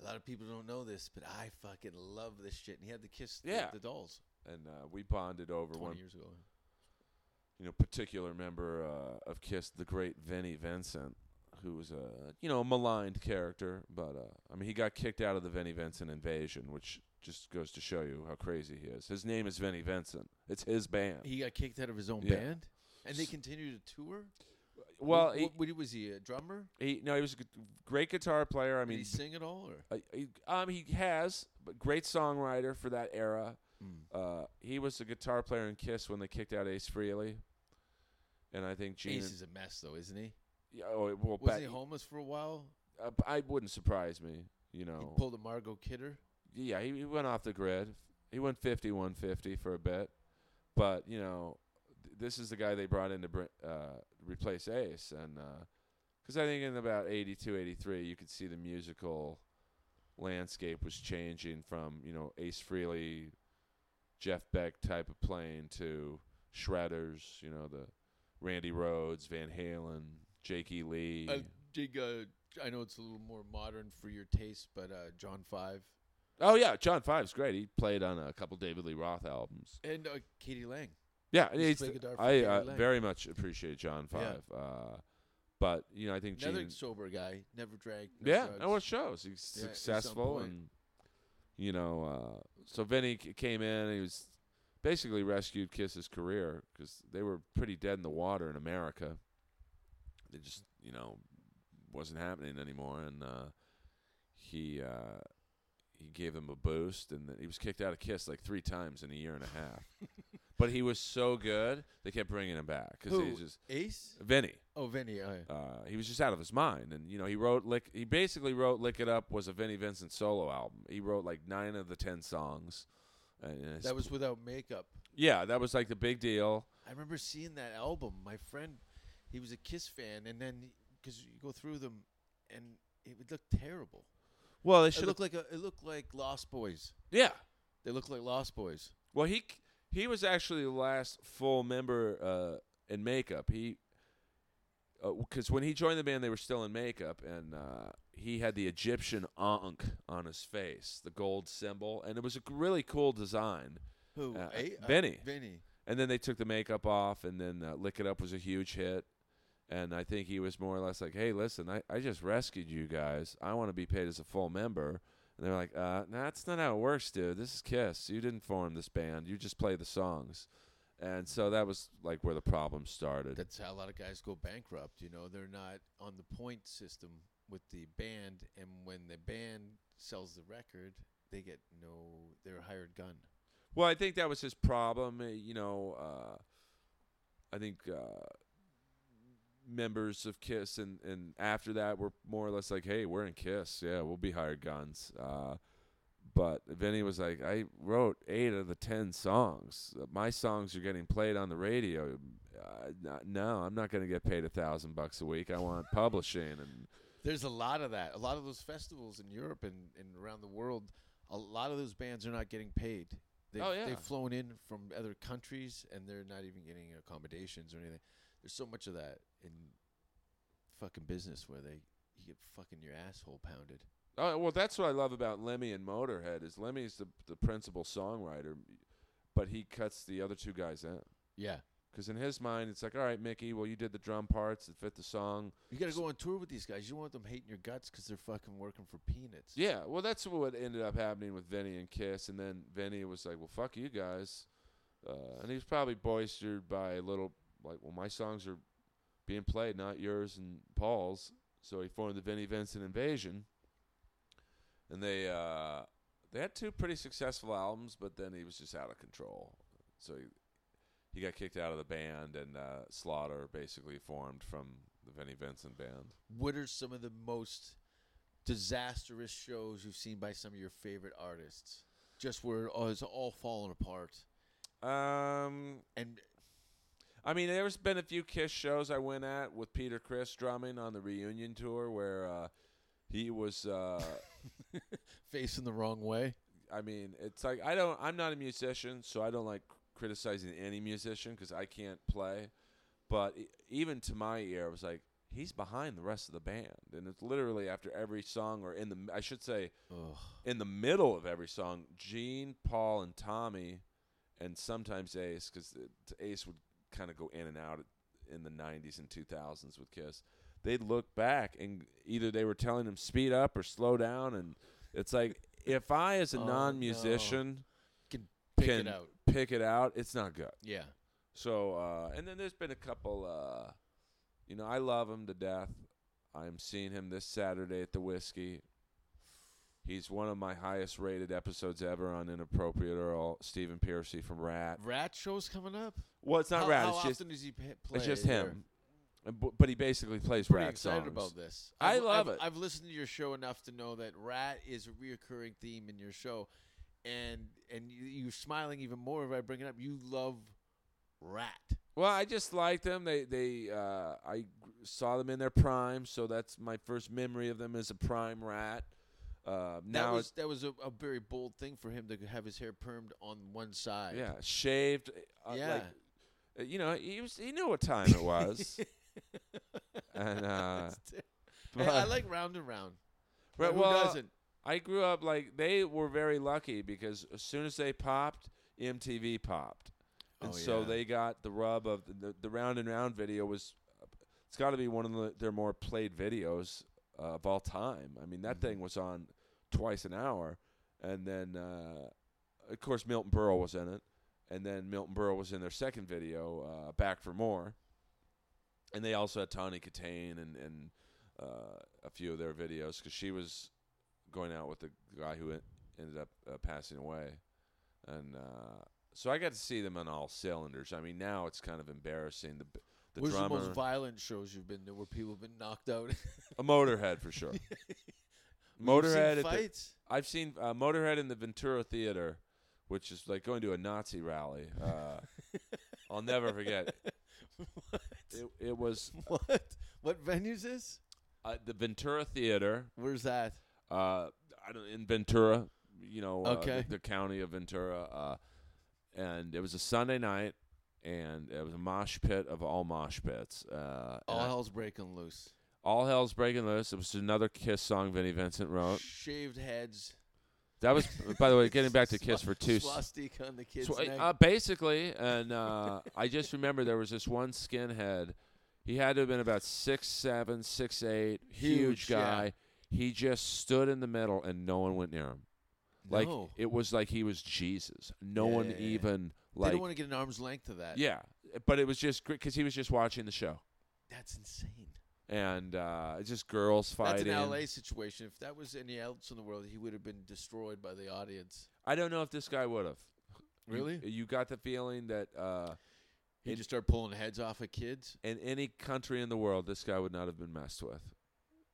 A: a lot of people don't know this, but I fucking love this shit. And he had the kiss the-
B: Yeah.
A: the, dolls
B: And uh, we bonded over
A: twenty
B: one,
A: years ago.
B: you know, particular member uh, of Kiss, the great Vinnie Vincent, who was a you know maligned character, but uh, I mean he got kicked out of the Vinnie Vincent invasion, which just goes to show you how crazy he is. His name is Vinnie Vincent. It's his band.
A: He got kicked out of his own
B: Yeah.
A: band, and they continued to tour.
B: well,
A: what,
B: he,
A: what- what- was he a drummer?
B: he no, he was a g- great guitar player. I
A: Did
B: mean,
A: he sing at all? Or
B: I- I- um, he has, but great songwriter for that era.
A: Mm.
B: Uh, he was a guitar player in Kiss when they kicked out Ace Frehley, and I think Gene.
A: Ace is a mess though, isn't he?
B: yeah, oh, well,
A: Was
B: back-
A: he homeless for a while?
B: uh, I wouldn't surprise me. You
A: He
B: know,
A: pulled a Margot Kidder.
B: yeah, he, he went off the grid. He went 50 150 for a bit, but you know, th- this is the guy they brought in to br- uh, replace Ace, and because I think in about 82 83, you could see the musical landscape was changing from you know Ace Frehley, Jeff Beck type of playing to Shredders, you know the Randy Rhodes, Van Halen, Jake E. Lee.
A: Uh, Jig, uh, I know it's a little more modern for your taste, but uh, John Five
B: oh yeah, John Five's great. He played on a couple David Lee Roth albums.
A: and uh, Katie Lang.
B: Yeah,
A: Used to
B: it's,
A: play guitar for
B: I
A: David
B: uh,
A: Lang.
B: very much appreciate John
A: Yeah.
B: Five, uh, but you know I think
A: Another
B: Gene,
A: sober guy, never drank. No
B: yeah,
A: drugs.
B: no, it shows he's
A: Yeah, at some
B: successful
A: point.
B: and you know uh, so Vinny c- came in and he was basically rescued Kiss's career because they were pretty dead in the water in America. They just you know wasn't happening anymore, and uh, he uh, he gave them a boost, and then he was kicked out of Kiss like three times in a year and a half. But he was so good, they kept bringing him back because he
A: Who?
B: was just
A: Ace?
B: Vinny.
A: Oh, Vinny. Uh,
B: Uh, he was just out of his mind, and you know he wrote lick. He basically wrote "Lick It Up" was a Vinnie Vincent solo album. He wrote like nine of the ten songs. And it's-
A: that was without makeup.
B: yeah, that was like the big deal.
A: I remember seeing that album. My friend, he was a Kiss fan, and then because you go through them, and it would look terrible.
B: Well, they
A: It
B: should
A: looked like a, it looked like Lost Boys.
B: yeah.
A: They look like Lost Boys.
B: Well, he c- he was actually the last full member uh, in makeup. He because when he joined the band, they were still in makeup, and uh, he had the Egyptian ankh on his face, the gold symbol, and it was a g- really cool design.
A: Who?
B: Uh,
A: A- uh,
B: Vinny.
A: Vinny.
B: And then they took the makeup off, and then uh, Lick It Up was a huge hit. And I think he was more or less like, hey, listen, I, I just rescued you guys. I want to be paid as a full member. And they're like, uh, nah, that's not how it works, dude. This is Kiss. You didn't form this band, you just play the songs. And so that was like where the problem started.
A: That's how a lot of guys go bankrupt. You know, they're not on the point system with the band, and when the band sells the record, they get no. They're a hired gun.
B: Well, I think that was his problem. uh, You know, uh, I think uh, members of Kiss and, and after that were more or less like, hey, we're in Kiss. Yeah, we'll be hired guns. Uh, but Vinny was like, I wrote eight of the ten songs. Uh, My songs are getting played on the radio. Uh, n- no, I'm not going to get paid a thousand bucks a week. I want publishing and
A: There's a lot of that. A lot of those festivals in Europe and, and around the world, a lot of those bands are not getting paid. They've,
B: Oh, yeah.
A: they've flown in from other countries and they're not even getting accommodations or anything. There's so much of that in fucking business where they you get fucking your asshole pounded.
B: Oh well, that's what I love about Lemmy and Motorhead is Lemmy's the the principal songwriter, but he cuts the other two guys out.
A: Yeah,
B: 'Cause in his mind, it's like, all right, Mickey, well, you did the drum parts that fit the song.
A: you got to go on tour with these guys. You don't want them hating your guts 'cause they're fucking working for peanuts.
B: Yeah, well, that's what ended up happening with Vinny and Kiss, and then Vinny was like, well, fuck you guys, uh, and he was probably boistered by a little like, well, my songs are being played, not yours and Paul's. So he formed the Vinnie Vincent Invasion, and they uh, they had two pretty successful albums, but then he was just out of control. So he he got kicked out of the band, and uh, Slaughter basically formed from the Vinnie Vincent band.
A: What are some of the most disastrous shows you've seen by some of your favorite artists? Just where oh, it's all falling apart.
B: Um,
A: And
B: I mean, there's been a few Kiss shows I went at with Peter Chris drumming on the reunion tour where uh, he was. Uh,
A: facing the wrong way.
B: I mean, it's like I don't. I'm not a musician, so I don't like criticizing any musician because I can't play. But e- even to my ear, it was like he's behind the rest of the band, and it's literally after every song, or in the I should say
A: Ugh.
B: in the middle of every song, Gene, Paul, and Tommy, and sometimes Ace, because Ace would kind of go in and out in the 90s and 2000s with Kiss. They'd look back and either they were telling him speed up or slow down, and it's like if I as a
A: Oh, no.
B: non-musician
A: Pick
B: can
A: it out.
B: pick it out, it's not good.
A: Yeah.
B: So, uh, and then there's been a couple. Uh, you know, I love him to death. I'm seeing him this Saturday at the Whiskey. He's one of my highest rated episodes ever on Inappropriate Earl, Stephen Piercy from Rat.
A: Rat show's coming up.
B: Well, it's not
A: how,
B: Rat.
A: How
B: it's
A: often
B: just
A: does he pa- play?
B: it's just
A: there?
B: him. And bu- But he basically plays
A: Pretty
B: Rat
A: excited
B: songs.
A: about this.
B: I
A: I've-
B: love
A: I've-
B: it.
A: I've listened to your show enough to know that rat is a reoccurring theme in your show, and and you, you're smiling even more if I bring it up. You love rat.
B: Well, I just liked them. They they uh, I gr- saw them in their prime, so that's my first memory of them as a prime Rat. Uh,
A: That
B: now
A: was that was a, a very bold thing for him to have his hair permed on one side.
B: Yeah, shaved. Uh,
A: yeah.
B: Like, uh, you know, he was he knew what time it was. and uh,
A: That's ter- Hey,
B: but,
A: I like round and round.
B: Right,
A: Like, who
B: well,
A: doesn't?
B: I grew up like they were very lucky because as soon as they popped, MTV popped, and
A: Oh,
B: so
A: yeah.
B: they got the rub of the, the, the round and round video was. It's got to be one of the, their more played videos uh, of all time. I mean, that
A: Mhm.
B: thing was on twice an hour, and then uh, of course Milton Berle was in it, and then Milton Berle was in their second video, uh, Back for More, and they also had Tawny Katane and and uh, a few of their videos because she was going out with the guy who en- ended up uh, passing away, and uh, so I got to see them on all cylinders. I mean, now it's kind of embarrassing the b- the
A: Where's
B: drummer,
A: the most violent shows you've been to where people have been knocked out?
B: a Motorhead for sure.
A: You've seen
B: Motorhead at the-
A: fights.
B: I've seen uh, Motorhead in the Ventura Theater, which is like going to a Nazi rally. Uh, I'll never forget. It, it was
A: what? What venues this?
B: uh, the Ventura Theater.
A: Where's that?
B: Uh, I don't in Ventura, you know, uh,
A: Okay.
B: the, the county of Ventura. Uh, and it was a Sunday night, and it was a mosh pit of all mosh pits. Uh, and
A: All
B: I-
A: hell's breaking loose.
B: all hell's breaking loose. It was another Kiss song Vinnie Vincent wrote.
A: Shaved heads.
B: That was, by the way, getting back to
A: Swa-
B: Kiss for two.
A: swastika on the kids.
B: So,
A: neck.
B: uh, basically, and uh, I just remember there was this one skinhead. He had to have been about six seven, six eight, huge,
A: Huge, yeah.
B: guy. He just stood in the middle, and no one went near him. Like
A: No.
B: it was like he was Jesus. No
A: Yeah,
B: one
A: yeah, yeah.
B: even
A: they
B: like
A: don't want to get an arm's length of that.
B: yeah. But it was just because he was just watching the show,
A: that's insane.
B: and uh, it's just girls
A: That's
B: fighting.
A: an LA situation. If that was any else in the world, he would have been destroyed by the audience.
B: I don't know if this guy would have. You-
A: Really?
B: you, got the feeling that uh,
A: He
B: It-
A: just start pulling heads off of kids.
B: in any country in the world, this guy would not have been messed with.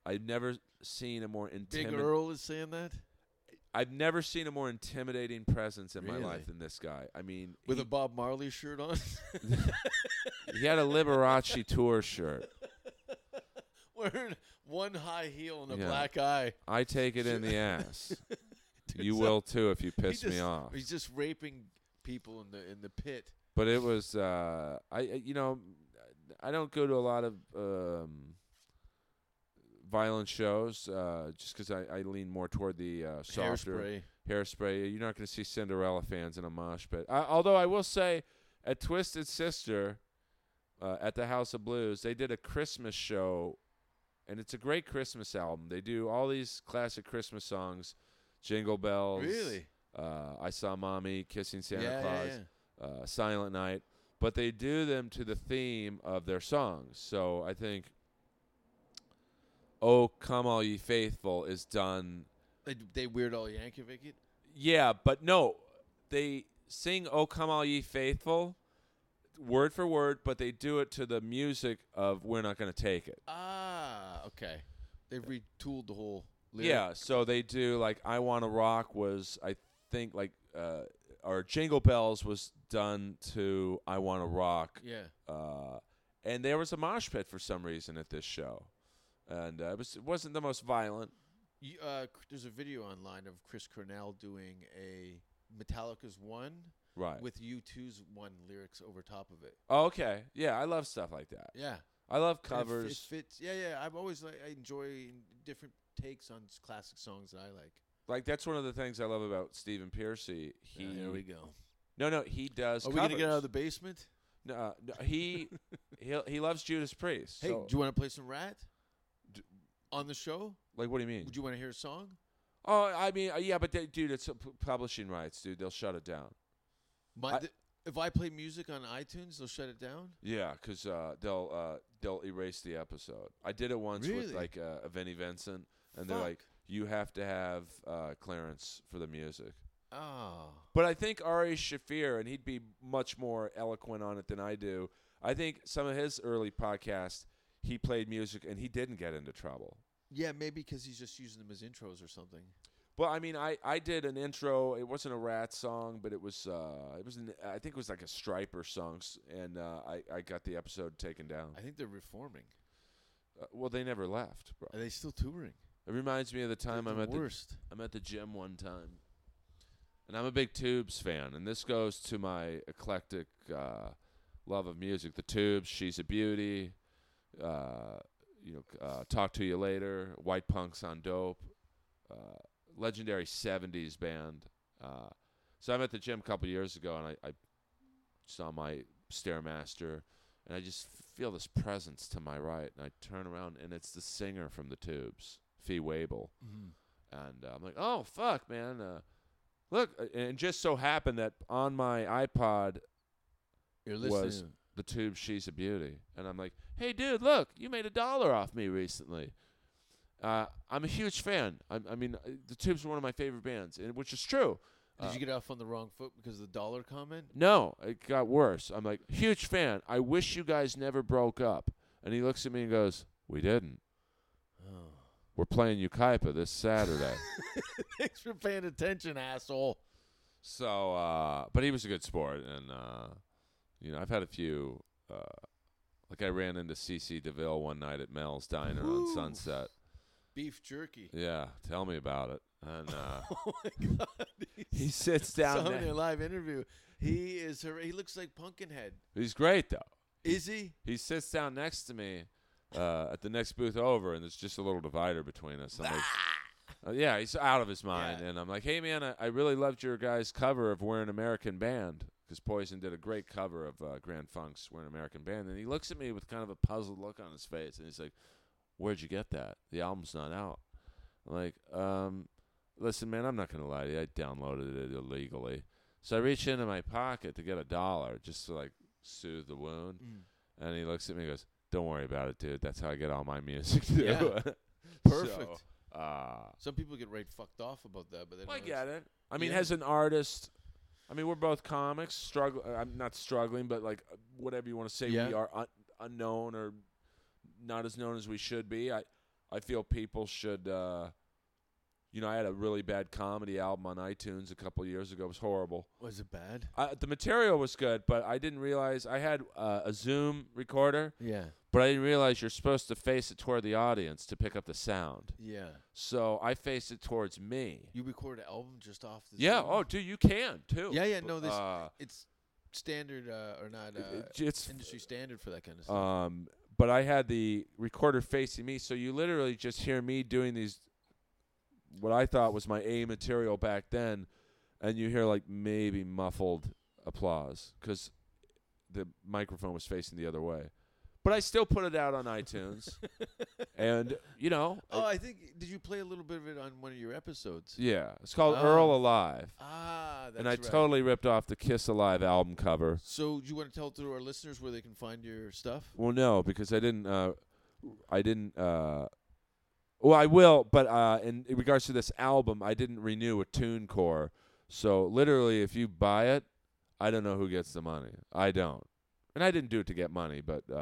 B: I've never seen a more
A: Big
B: intimidating.
A: Earl is saying that
B: I've never seen a more intimidating presence in
A: Really?
B: my life than this guy. I mean,
A: with a
B: he,
A: Bob Marley shirt on.
B: he had a Liberace tour shirt.
A: Wearing one high heel and a
B: Yeah.
A: black eye.
B: I take it in the ass.
A: Dude,
B: you
A: so-
B: will too if you
A: he
B: piss me
A: just-
B: off.
A: He's just raping people in the in the pit.
B: But it was, uh, I I- you know, I don't go to a lot of um, violent shows uh, just because I, I lean more toward the uh, softer.
A: Hairspray.
B: hairspray. You're not going to see Cinderella fans in a mosh pit. I, although I will say, at Twisted Sister, uh, at the House of Blues, they did a Christmas show, and it's a great Christmas album. They do all these classic Christmas songs, Jingle Bells,
A: Really?
B: uh, I Saw Mommy, Kissing
A: Yeah,
B: Santa
A: yeah,
B: Claus,
A: yeah.
B: Uh, Silent Night. But they do them to the theme of their songs. So I think, "Oh Come All Ye Faithful" is done
A: They, they Weird Al Yankovic it.
B: yeah, but no, they sing "O Come All Ye Faithful," word for word, but they do it to the music of "We're Not Gonna Take It."
A: Ah, okay. They've retooled the whole. Lyric.
B: Yeah, so they do like "I Want to Rock" was I think like uh, or "Jingle Bells" was done to "I Want to Rock,"
A: yeah.
B: uh, and there was a mosh pit for some reason at this show, and uh, it was it wasn't the most violent.
A: You, uh, c- there's a video online of Chris Cornell doing a Metallica's one
B: Right.
A: with U2's one lyrics over top of it.
B: oh, okay. Yeah, I love stuff like that.
A: Yeah,
B: I love
A: And it f-
B: covers.
A: It, fits. Yeah, yeah. I've always like I enjoy different takes on s- classic songs that I like.
B: like that's one of the things I love about Stephen Piercy. He
A: Yeah, there we go.
B: no no he does.
A: Are we gonna get out
B: covers.
A: of the basement?
B: No, uh, no, he he he loves Judas Priest.
A: Hey,
B: so-
A: do you want to play some Rat
B: D-
A: on the show?
B: like what do you mean?
A: Would you want to hear a song?
B: oh, I mean, uh, yeah, but they, dude, it's uh, p- publishing rights, dude. They'll shut it down.
A: My,
B: I-
A: th- if I play music on iTunes, they'll shut it down.
B: Yeah, because uh, they'll uh, they'll erase the episode. I did it once with
A: Really?
B: like uh, Vinnie Vincent, and they're like, "You have to have uh, clearance for the music."
A: "Oh,
B: But I think Ari Shafir, and he'd be much more eloquent on it than I do. I think some of his early podcasts, he played music and he didn't get into trouble.
A: yeah, maybe because he's just using them as intros or something."
B: But I mean, I, I did an intro. It wasn't a rat song, but it was uh, it was an, I think it was like a striper song, s- and uh, I I got the episode taken down.
A: I think they're reforming.
B: Uh, well, they never left, bro.
A: Are they still touring?
B: It reminds me of the time
A: They're
B: I'm
A: the
B: at the
A: worst.
B: I'm at the gym one time, and I'm a big Tubes fan, and this goes to my eclectic uh, love of music. The Tubes, She's a Beauty, uh, you know, uh, Talk to You Later, White Punks on Dope, uh, legendary '70s band. Uh, so I'm at the gym a couple years ago, and I, I saw my stairmaster, and I just feel this presence to my right, and I turn around, and it's the singer from the Tubes, Fee Wable and uh, I'm like, oh fuck, man, uh, look, uh, and it just so happened that on my iPod,
A: You're
B: was-
A: listening.
B: the tube "She's a Beauty," and I'm like, hey, dude, look, you made a dollar off me recently. Uh, I'm a huge fan. I, I mean, uh, the Tube's are one of my favorite bands, and which is true.
A: Did
B: Uh,
A: you get off on the wrong foot because of the dollar comment?
B: No, it got worse. I'm like, huge fan. I wish you guys never broke up. And he looks at me and goes, we didn't.
A: Oh.
B: We're playing Ukaipa this Saturday.
A: Thanks for paying attention, asshole.
B: So, uh, but he was a good sport, and uh, you know, I've had a few. Uh, like I ran into CC DeVille one night at Mel's Diner on
A: Ooh.
B: Sunset.
A: Beef jerky.
B: Yeah, tell me about it. And uh,
A: oh my god.
B: he sits down.
A: Down in a
B: There.
A: live interview. He is. Her- he looks like Pumpkinhead.
B: He's great though.
A: Is he?
B: He sits down next to me uh, at the next booth over, and there's just a little divider between us. I'm like, Uh, yeah, he's out of his mind.
A: Yeah.
B: And I'm like, hey, man, I, I really loved your guys' cover of We're an American Band because Poison did a great cover of uh, Grand Funk's We're an American Band. And he looks at me with kind of a puzzled look on his face. And he's like, where'd you get that? The album's not out. I'm like, um, listen, man, I'm not going to lie to you. I downloaded it illegally. So I reach into my pocket to get a dollar just to like soothe the wound. And he looks at me and goes, don't worry about it, dude. That's how I get all my music, too.
A: Yeah.
B: So,
A: Perfect.
B: uh,
A: Some people get right fucked off about that, but they don't
B: I get it. I mean,
A: Yeah.
B: as an artist, I mean, we're both comics. Struggle. uh, I'm not struggling, but like uh, whatever you want to say,
A: Yeah.
B: we are un- unknown or not as known as we should be. I, I feel people should. Uh, you know, I had a really bad comedy album on iTunes a couple years ago. It was horrible.
A: Was it bad?
B: I, the material was good, but I didn't realize I had uh, a Zoom recorder,
A: Yeah.
B: but I didn't realize you're supposed to face it toward the audience to pick up the sound.
A: Yeah.
B: So I faced it towards me.
A: You record an album just off the.
B: Yeah.
A: Zoom?
B: Oh, dude, you can too.
A: Yeah, yeah, no, this-
B: Uh,
A: It's standard uh, or not
B: it-
A: uh,
B: it- it's
A: industry standard for that kind of stuff.
B: um, but I had the recorder facing me, so you literally just hear me doing these, what I thought was my A material back then, and you hear like maybe muffled applause because the microphone was facing the other way. But I still put it out on iTunes, and you know,
A: oh,
B: it-
A: I think did you play a little bit of it on one of your episodes?
B: yeah, it's called
A: Oh.
B: Earl Alive,
A: Ah, that's
B: and I
A: right.
B: totally ripped off the Kiss Alive album cover.
A: So you want to tell to our listeners where they can find your stuff?
B: Well, no, because I didn't. Uh, I didn't. Uh, well, I will, but uh, in regards to this album, I didn't renew a tune core. So literally, if you buy it, I don't know who gets the money. I don't, and I didn't do it to get money, but uh,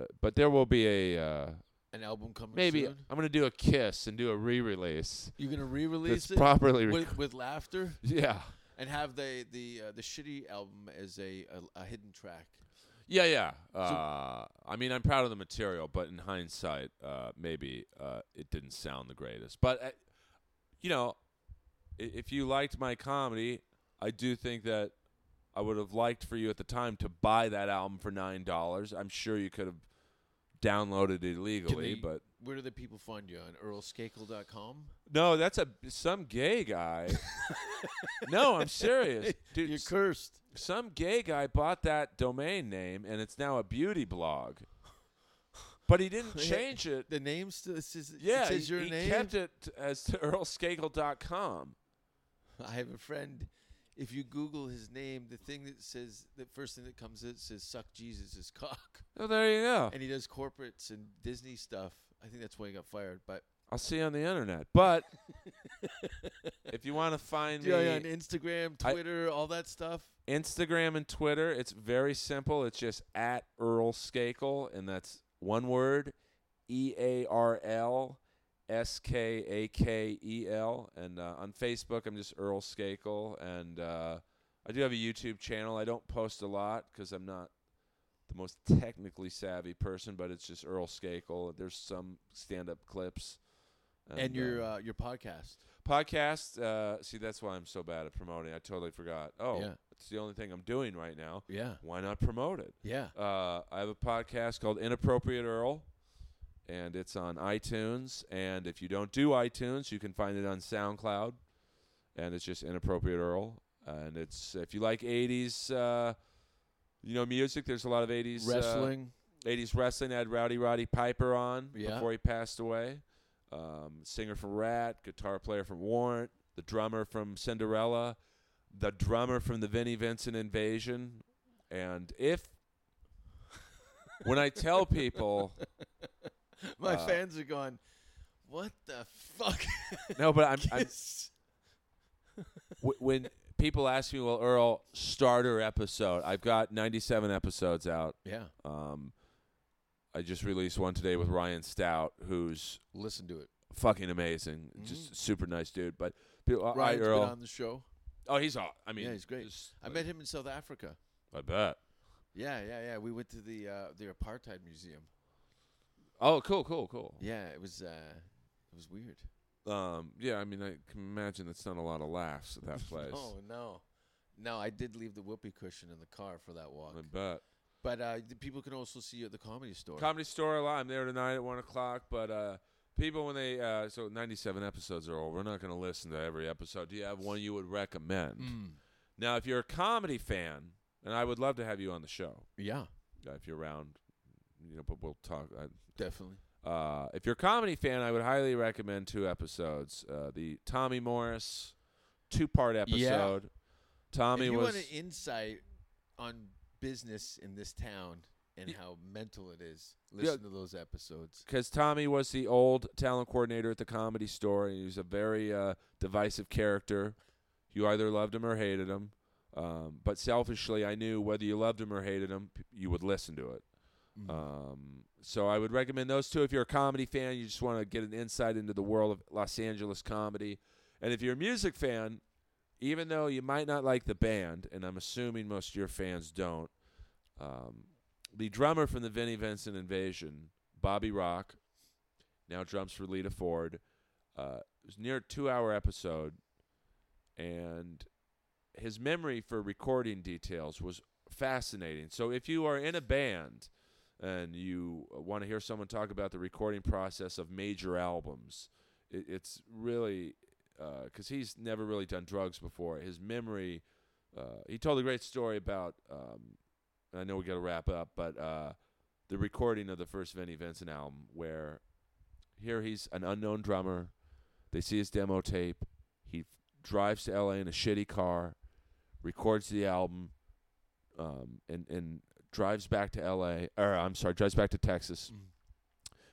B: uh, but there will be a uh,
A: An album coming
B: maybe
A: soon?
B: I'm gonna do a kiss and do a re-release
A: You're gonna
B: that's
A: re-release it
B: properly. Rec-
A: with, with laughter
B: yeah,
A: and have the the uh, the shitty album as a, a a hidden track.
B: Yeah, yeah. Uh, I mean, I'm proud of the material, but in hindsight, uh, maybe uh, it didn't sound the greatest. But uh, you know, i- if you liked my comedy, I do think that I would have liked for you at the time to buy that album for nine dollars. I'm sure you could have downloaded it illegally,
A: they-
B: but
A: Where do the people find you on earlskakel.com?
B: no, that's a some gay guy. no, I'm serious, dude.
A: You're
B: s-
A: cursed.
B: some gay guy bought that domain name and it's now a beauty blog. But he didn't change it.
A: The name still it says, it
B: Yeah,
A: says
B: he,
A: your
B: he
A: name.
B: kept it as to earlskagel.com.
A: I have a friend. If you Google his name, the thing that says the first thing that comes up says "suck Jesus' cock,"
B: Oh, there you go.
A: and he does corporates and Disney stuff. I think that's why he got fired. But
B: I'll see you on the internet. But if you want to find
A: yeah, yeah, on
B: me,
A: Instagram,
B: I-
A: Twitter, all that stuff.
B: Instagram and Twitter, it's very simple. It's just at Earl Skakel, and that's one word, E A R L S K A K E L. And uh, on Facebook, I'm just Earl Skakel, and uh, I do have a YouTube channel. I don't post a lot because I'm not the most technically savvy person, but it's just Earl Skakel. There's some stand-up clips.
A: And, your
B: uh,
A: uh, your podcast.
B: podcast. Uh, see, that's why I'm so bad at promoting. I totally forgot. Oh,
A: Yeah.
B: it's the only thing I'm doing right now.
A: Yeah,
B: Why not promote it?
A: yeah.
B: Uh, I have a podcast called Inappropriate Earl, and it's on iTunes. And if you don't do iTunes, you can find it on SoundCloud, and it's just Inappropriate Earl. And it's if you like '80s, uh, you know, music. There's a lot of '80s uh,
A: Wrestling.
B: 80s wrestling. I had Rowdy Roddy Piper on
A: Yeah.
B: before he passed away. Um, singer from Rat, guitar player from Warrant, the drummer from Cinderella, the drummer from the Vinnie Vincent Invasion. And if, when I tell people,
A: My
B: uh,
A: fans are going, "What the fuck?"
B: no, but I'm, I'm
A: is-"
B: wh- when people ask me, well, Earl, starter episode. I've got 97 episodes out.
A: yeah,
B: Um, I just released one today with Ryan Stout, who's
A: listen to it.
B: fucking amazing. Just super nice dude. But people, uh,
A: Mm-hmm. Ryan's
B: I,
A: been
B: Earl.
A: on the show.
B: oh, he's aw- I mean,
A: Yeah, he's great.
B: just-
A: I met him in South Africa.
B: I bet.
A: Yeah, yeah, yeah. We went to the uh, the apartheid museum.
B: Oh, cool, cool, cool.
A: Yeah, it was uh, it was weird.
B: Um, yeah. I mean, I can imagine that's not a lot of laughs at that place.
A: Oh no, no. I did leave the whoopee cushion in the car for that walk.
B: I bet.
A: But uh, the people can also see you at the comedy store.
B: Comedy Store Live. I'm there tonight at one o'clock. But uh, people, when they uh, so 97 episodes are over, we're not going to listen to every episode. Do you have one you would recommend?
A: Mm.
B: Now, if you're a comedy fan, and I would love to have you on the show
A: Yeah,
B: uh, if you're around. You know, but we'll talk. I,
A: definitely.
B: Uh, if you're a comedy fan, I would highly recommend two episodes. Uh, the Tommy Morris two part episode. Tommy
A: if you
B: was
A: want an insight on business in this town and
B: Y-
A: how mental it is,
B: Yeah.
A: listen to those episodes.
B: because Tommy was the old talent coordinator at the comedy store. And he was a very uh, divisive character. You either loved him or hated him. Um, but selfishly, I knew whether you loved him or hated him, p- you would listen to it.
A: Hmm.
B: Um, so I would recommend those two if you're a comedy fan. You just want to get an insight into the world of Los Angeles comedy, and if you're a music fan, even though you might not like the band, and I'm assuming most of your fans don't, um, the drummer from the Vinnie Vincent Invasion, Bobby Rock, now drums for Lita Ford. Uh, it was near a two-hour episode, and his memory for recording details was fascinating. So if you are in a band and you want to hear someone talk about the recording process of major albums, it, it's really because he's never really done drugs before. His memory, uh, he told a great story about. Um, I know we got to wrap up, but uh, the recording of the first Vinnie Vincent album, where here he's an unknown drummer. They see his demo tape. He drives to LA in a shitty car, records the album, um, and and drives back to LA, or I'm sorry, drives back to Texas.
A: Mm.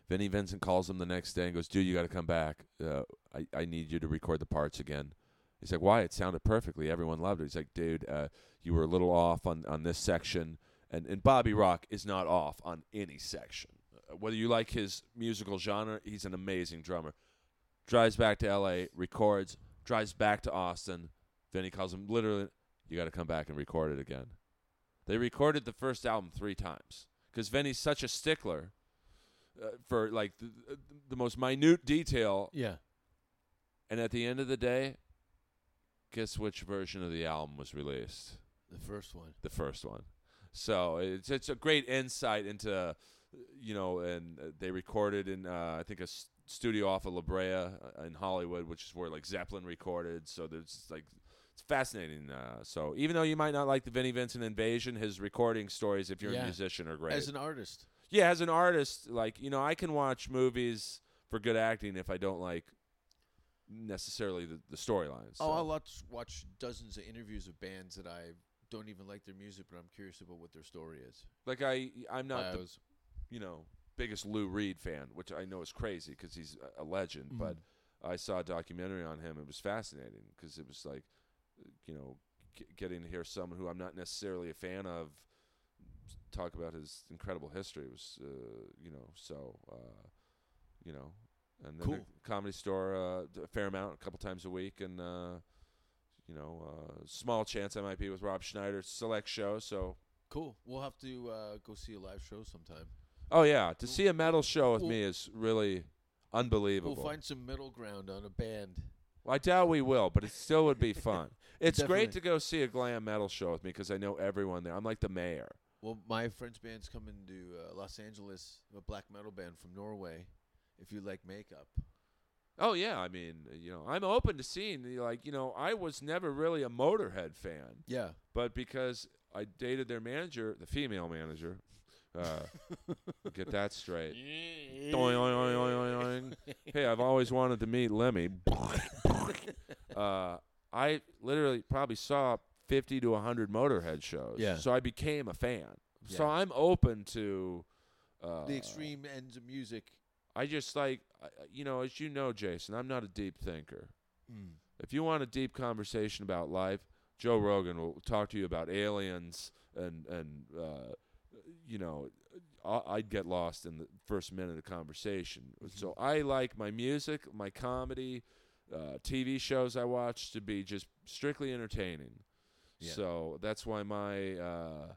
B: Vinnie Vincent calls him the next day and goes, "Dude, you got to come back. Uh, I I need you to record the parts again." He's like, "Why? It sounded perfectly. Everyone loved it." He's like, "Dude, uh, you were a little off on on this section." And and Bobby Rock is not off on any section. Uh, Whether you like his musical genre, he's an amazing drummer. Drives back to L.A., records. Drives back to Austin. Vinnie calls him literally, "You got to come back and record it again." They recorded the first album three times because Vinny's such a stickler uh, for like the, the most minute detail.
C: Yeah.
B: And at the end of the day, guess which version of the album was released?
C: The first one.
B: The first one. So it's it's a great insight into you know, and uh, they recorded in uh, I think a s- studio off of La Brea uh, in Hollywood, which is where like Zeppelin recorded. So there's like it's fascinating. Uh, so even though you might not like the Vinnie Vincent Invasion, his recording stories, if you're a
A: Yeah.
B: musician, are great.
A: As an artist,
B: yeah, as an artist, like you know, I can watch movies for good acting if I don't like necessarily the, the storylines.
A: oh,
B: So-
A: I'll watch, watch dozens of interviews of bands that I don't even like their music, but I'm curious about what their story is.
B: like I I'm not
A: I
B: the
A: was-
B: you know biggest Lou Reed fan, which I know is crazy because he's a- a legend.
A: Mm-hmm.
B: But I saw a documentary on him. It was fascinating because it was like, you know, g- getting to hear someone who I'm not necessarily a fan of s- talk about his incredible history. It was, uh, you know, so, uh, you know, and then the
A: Cool.
B: comedy store uh, d- a fair amount, a couple times a week, and. Uh, you know, uh, small chance I might be with Rob Schneider select show. So,
A: cool. We'll have to uh, go see a live show sometime.
B: oh yeah, to see a metal show with
A: Well-
B: me is really unbelievable.
A: We'll find some middle ground on a band.
B: Well, I doubt we will, but it still would be fun. It's great
A: Definitely.
B: to go see a glam metal show with me because I know everyone there. I'm like the mayor.
A: Well, my friend's band's coming to uh, Los Angeles, a black metal band from Norway. If you like makeup,
B: Oh yeah, I mean, you know, I'm open to seeing. the- Like, you know, I was never really a Motorhead fan,
A: yeah,
B: but because I dated their manager, the female manager, uh, get that straight. Doing, oing, oing, oing, oing. Hey, I've always wanted to meet Lemmy. uh, I literally probably saw 50 to 100 Motorhead shows.
A: Yeah.
B: So I became a fan. So
A: Yeah.
B: I'm open to uh,
A: the extreme ends of music.
B: I just like, I- you know, as you know, Jason, I'm not a deep thinker.
A: Mm.
B: If you want a deep conversation about life, Joe Rogan will talk to you about aliens and and uh, you know, I- I'd get lost in the first minute of conversation. So I like my music, my comedy, uh, TV shows I watch to be just strictly entertaining.
A: Yeah.
B: So that's why my uh,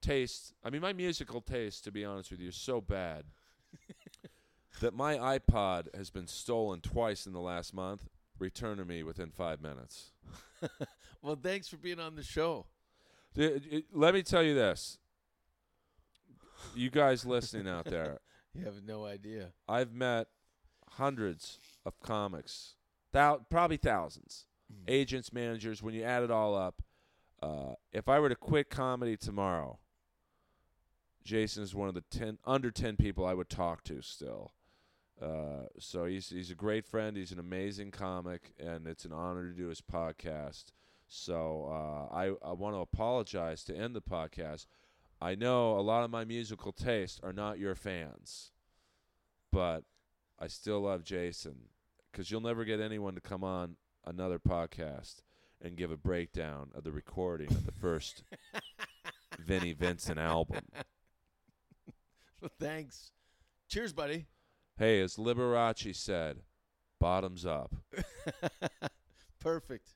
B: taste, I mean, my musical taste, to be honest with you, is so bad that my iPod has been stolen twice in the last month. Return to me within five minutes.
A: Well, thanks for being on the show.
B: Th- it- let me tell you this. You guys listening out there,
A: You have no idea.
B: I've met hundreds of comics, thou- probably thousands, agents, managers. When you add it all up, uh, if I were to quit comedy tomorrow, Jason is one of the ten under ten people I would talk to still. Uh, so he's he's a great friend. He's an amazing comic, and it's an honor to do his podcast. So uh, I I want to apologize to end the podcast. I know a lot of my musical tastes are not your fans but I still love Jason because you'll never get anyone to come on another podcast and give a breakdown of the recording of the first Vinnie Vincent album.
A: thanks. Cheers, buddy.
B: Hey, as Liberace said, bottoms up.
A: Perfect.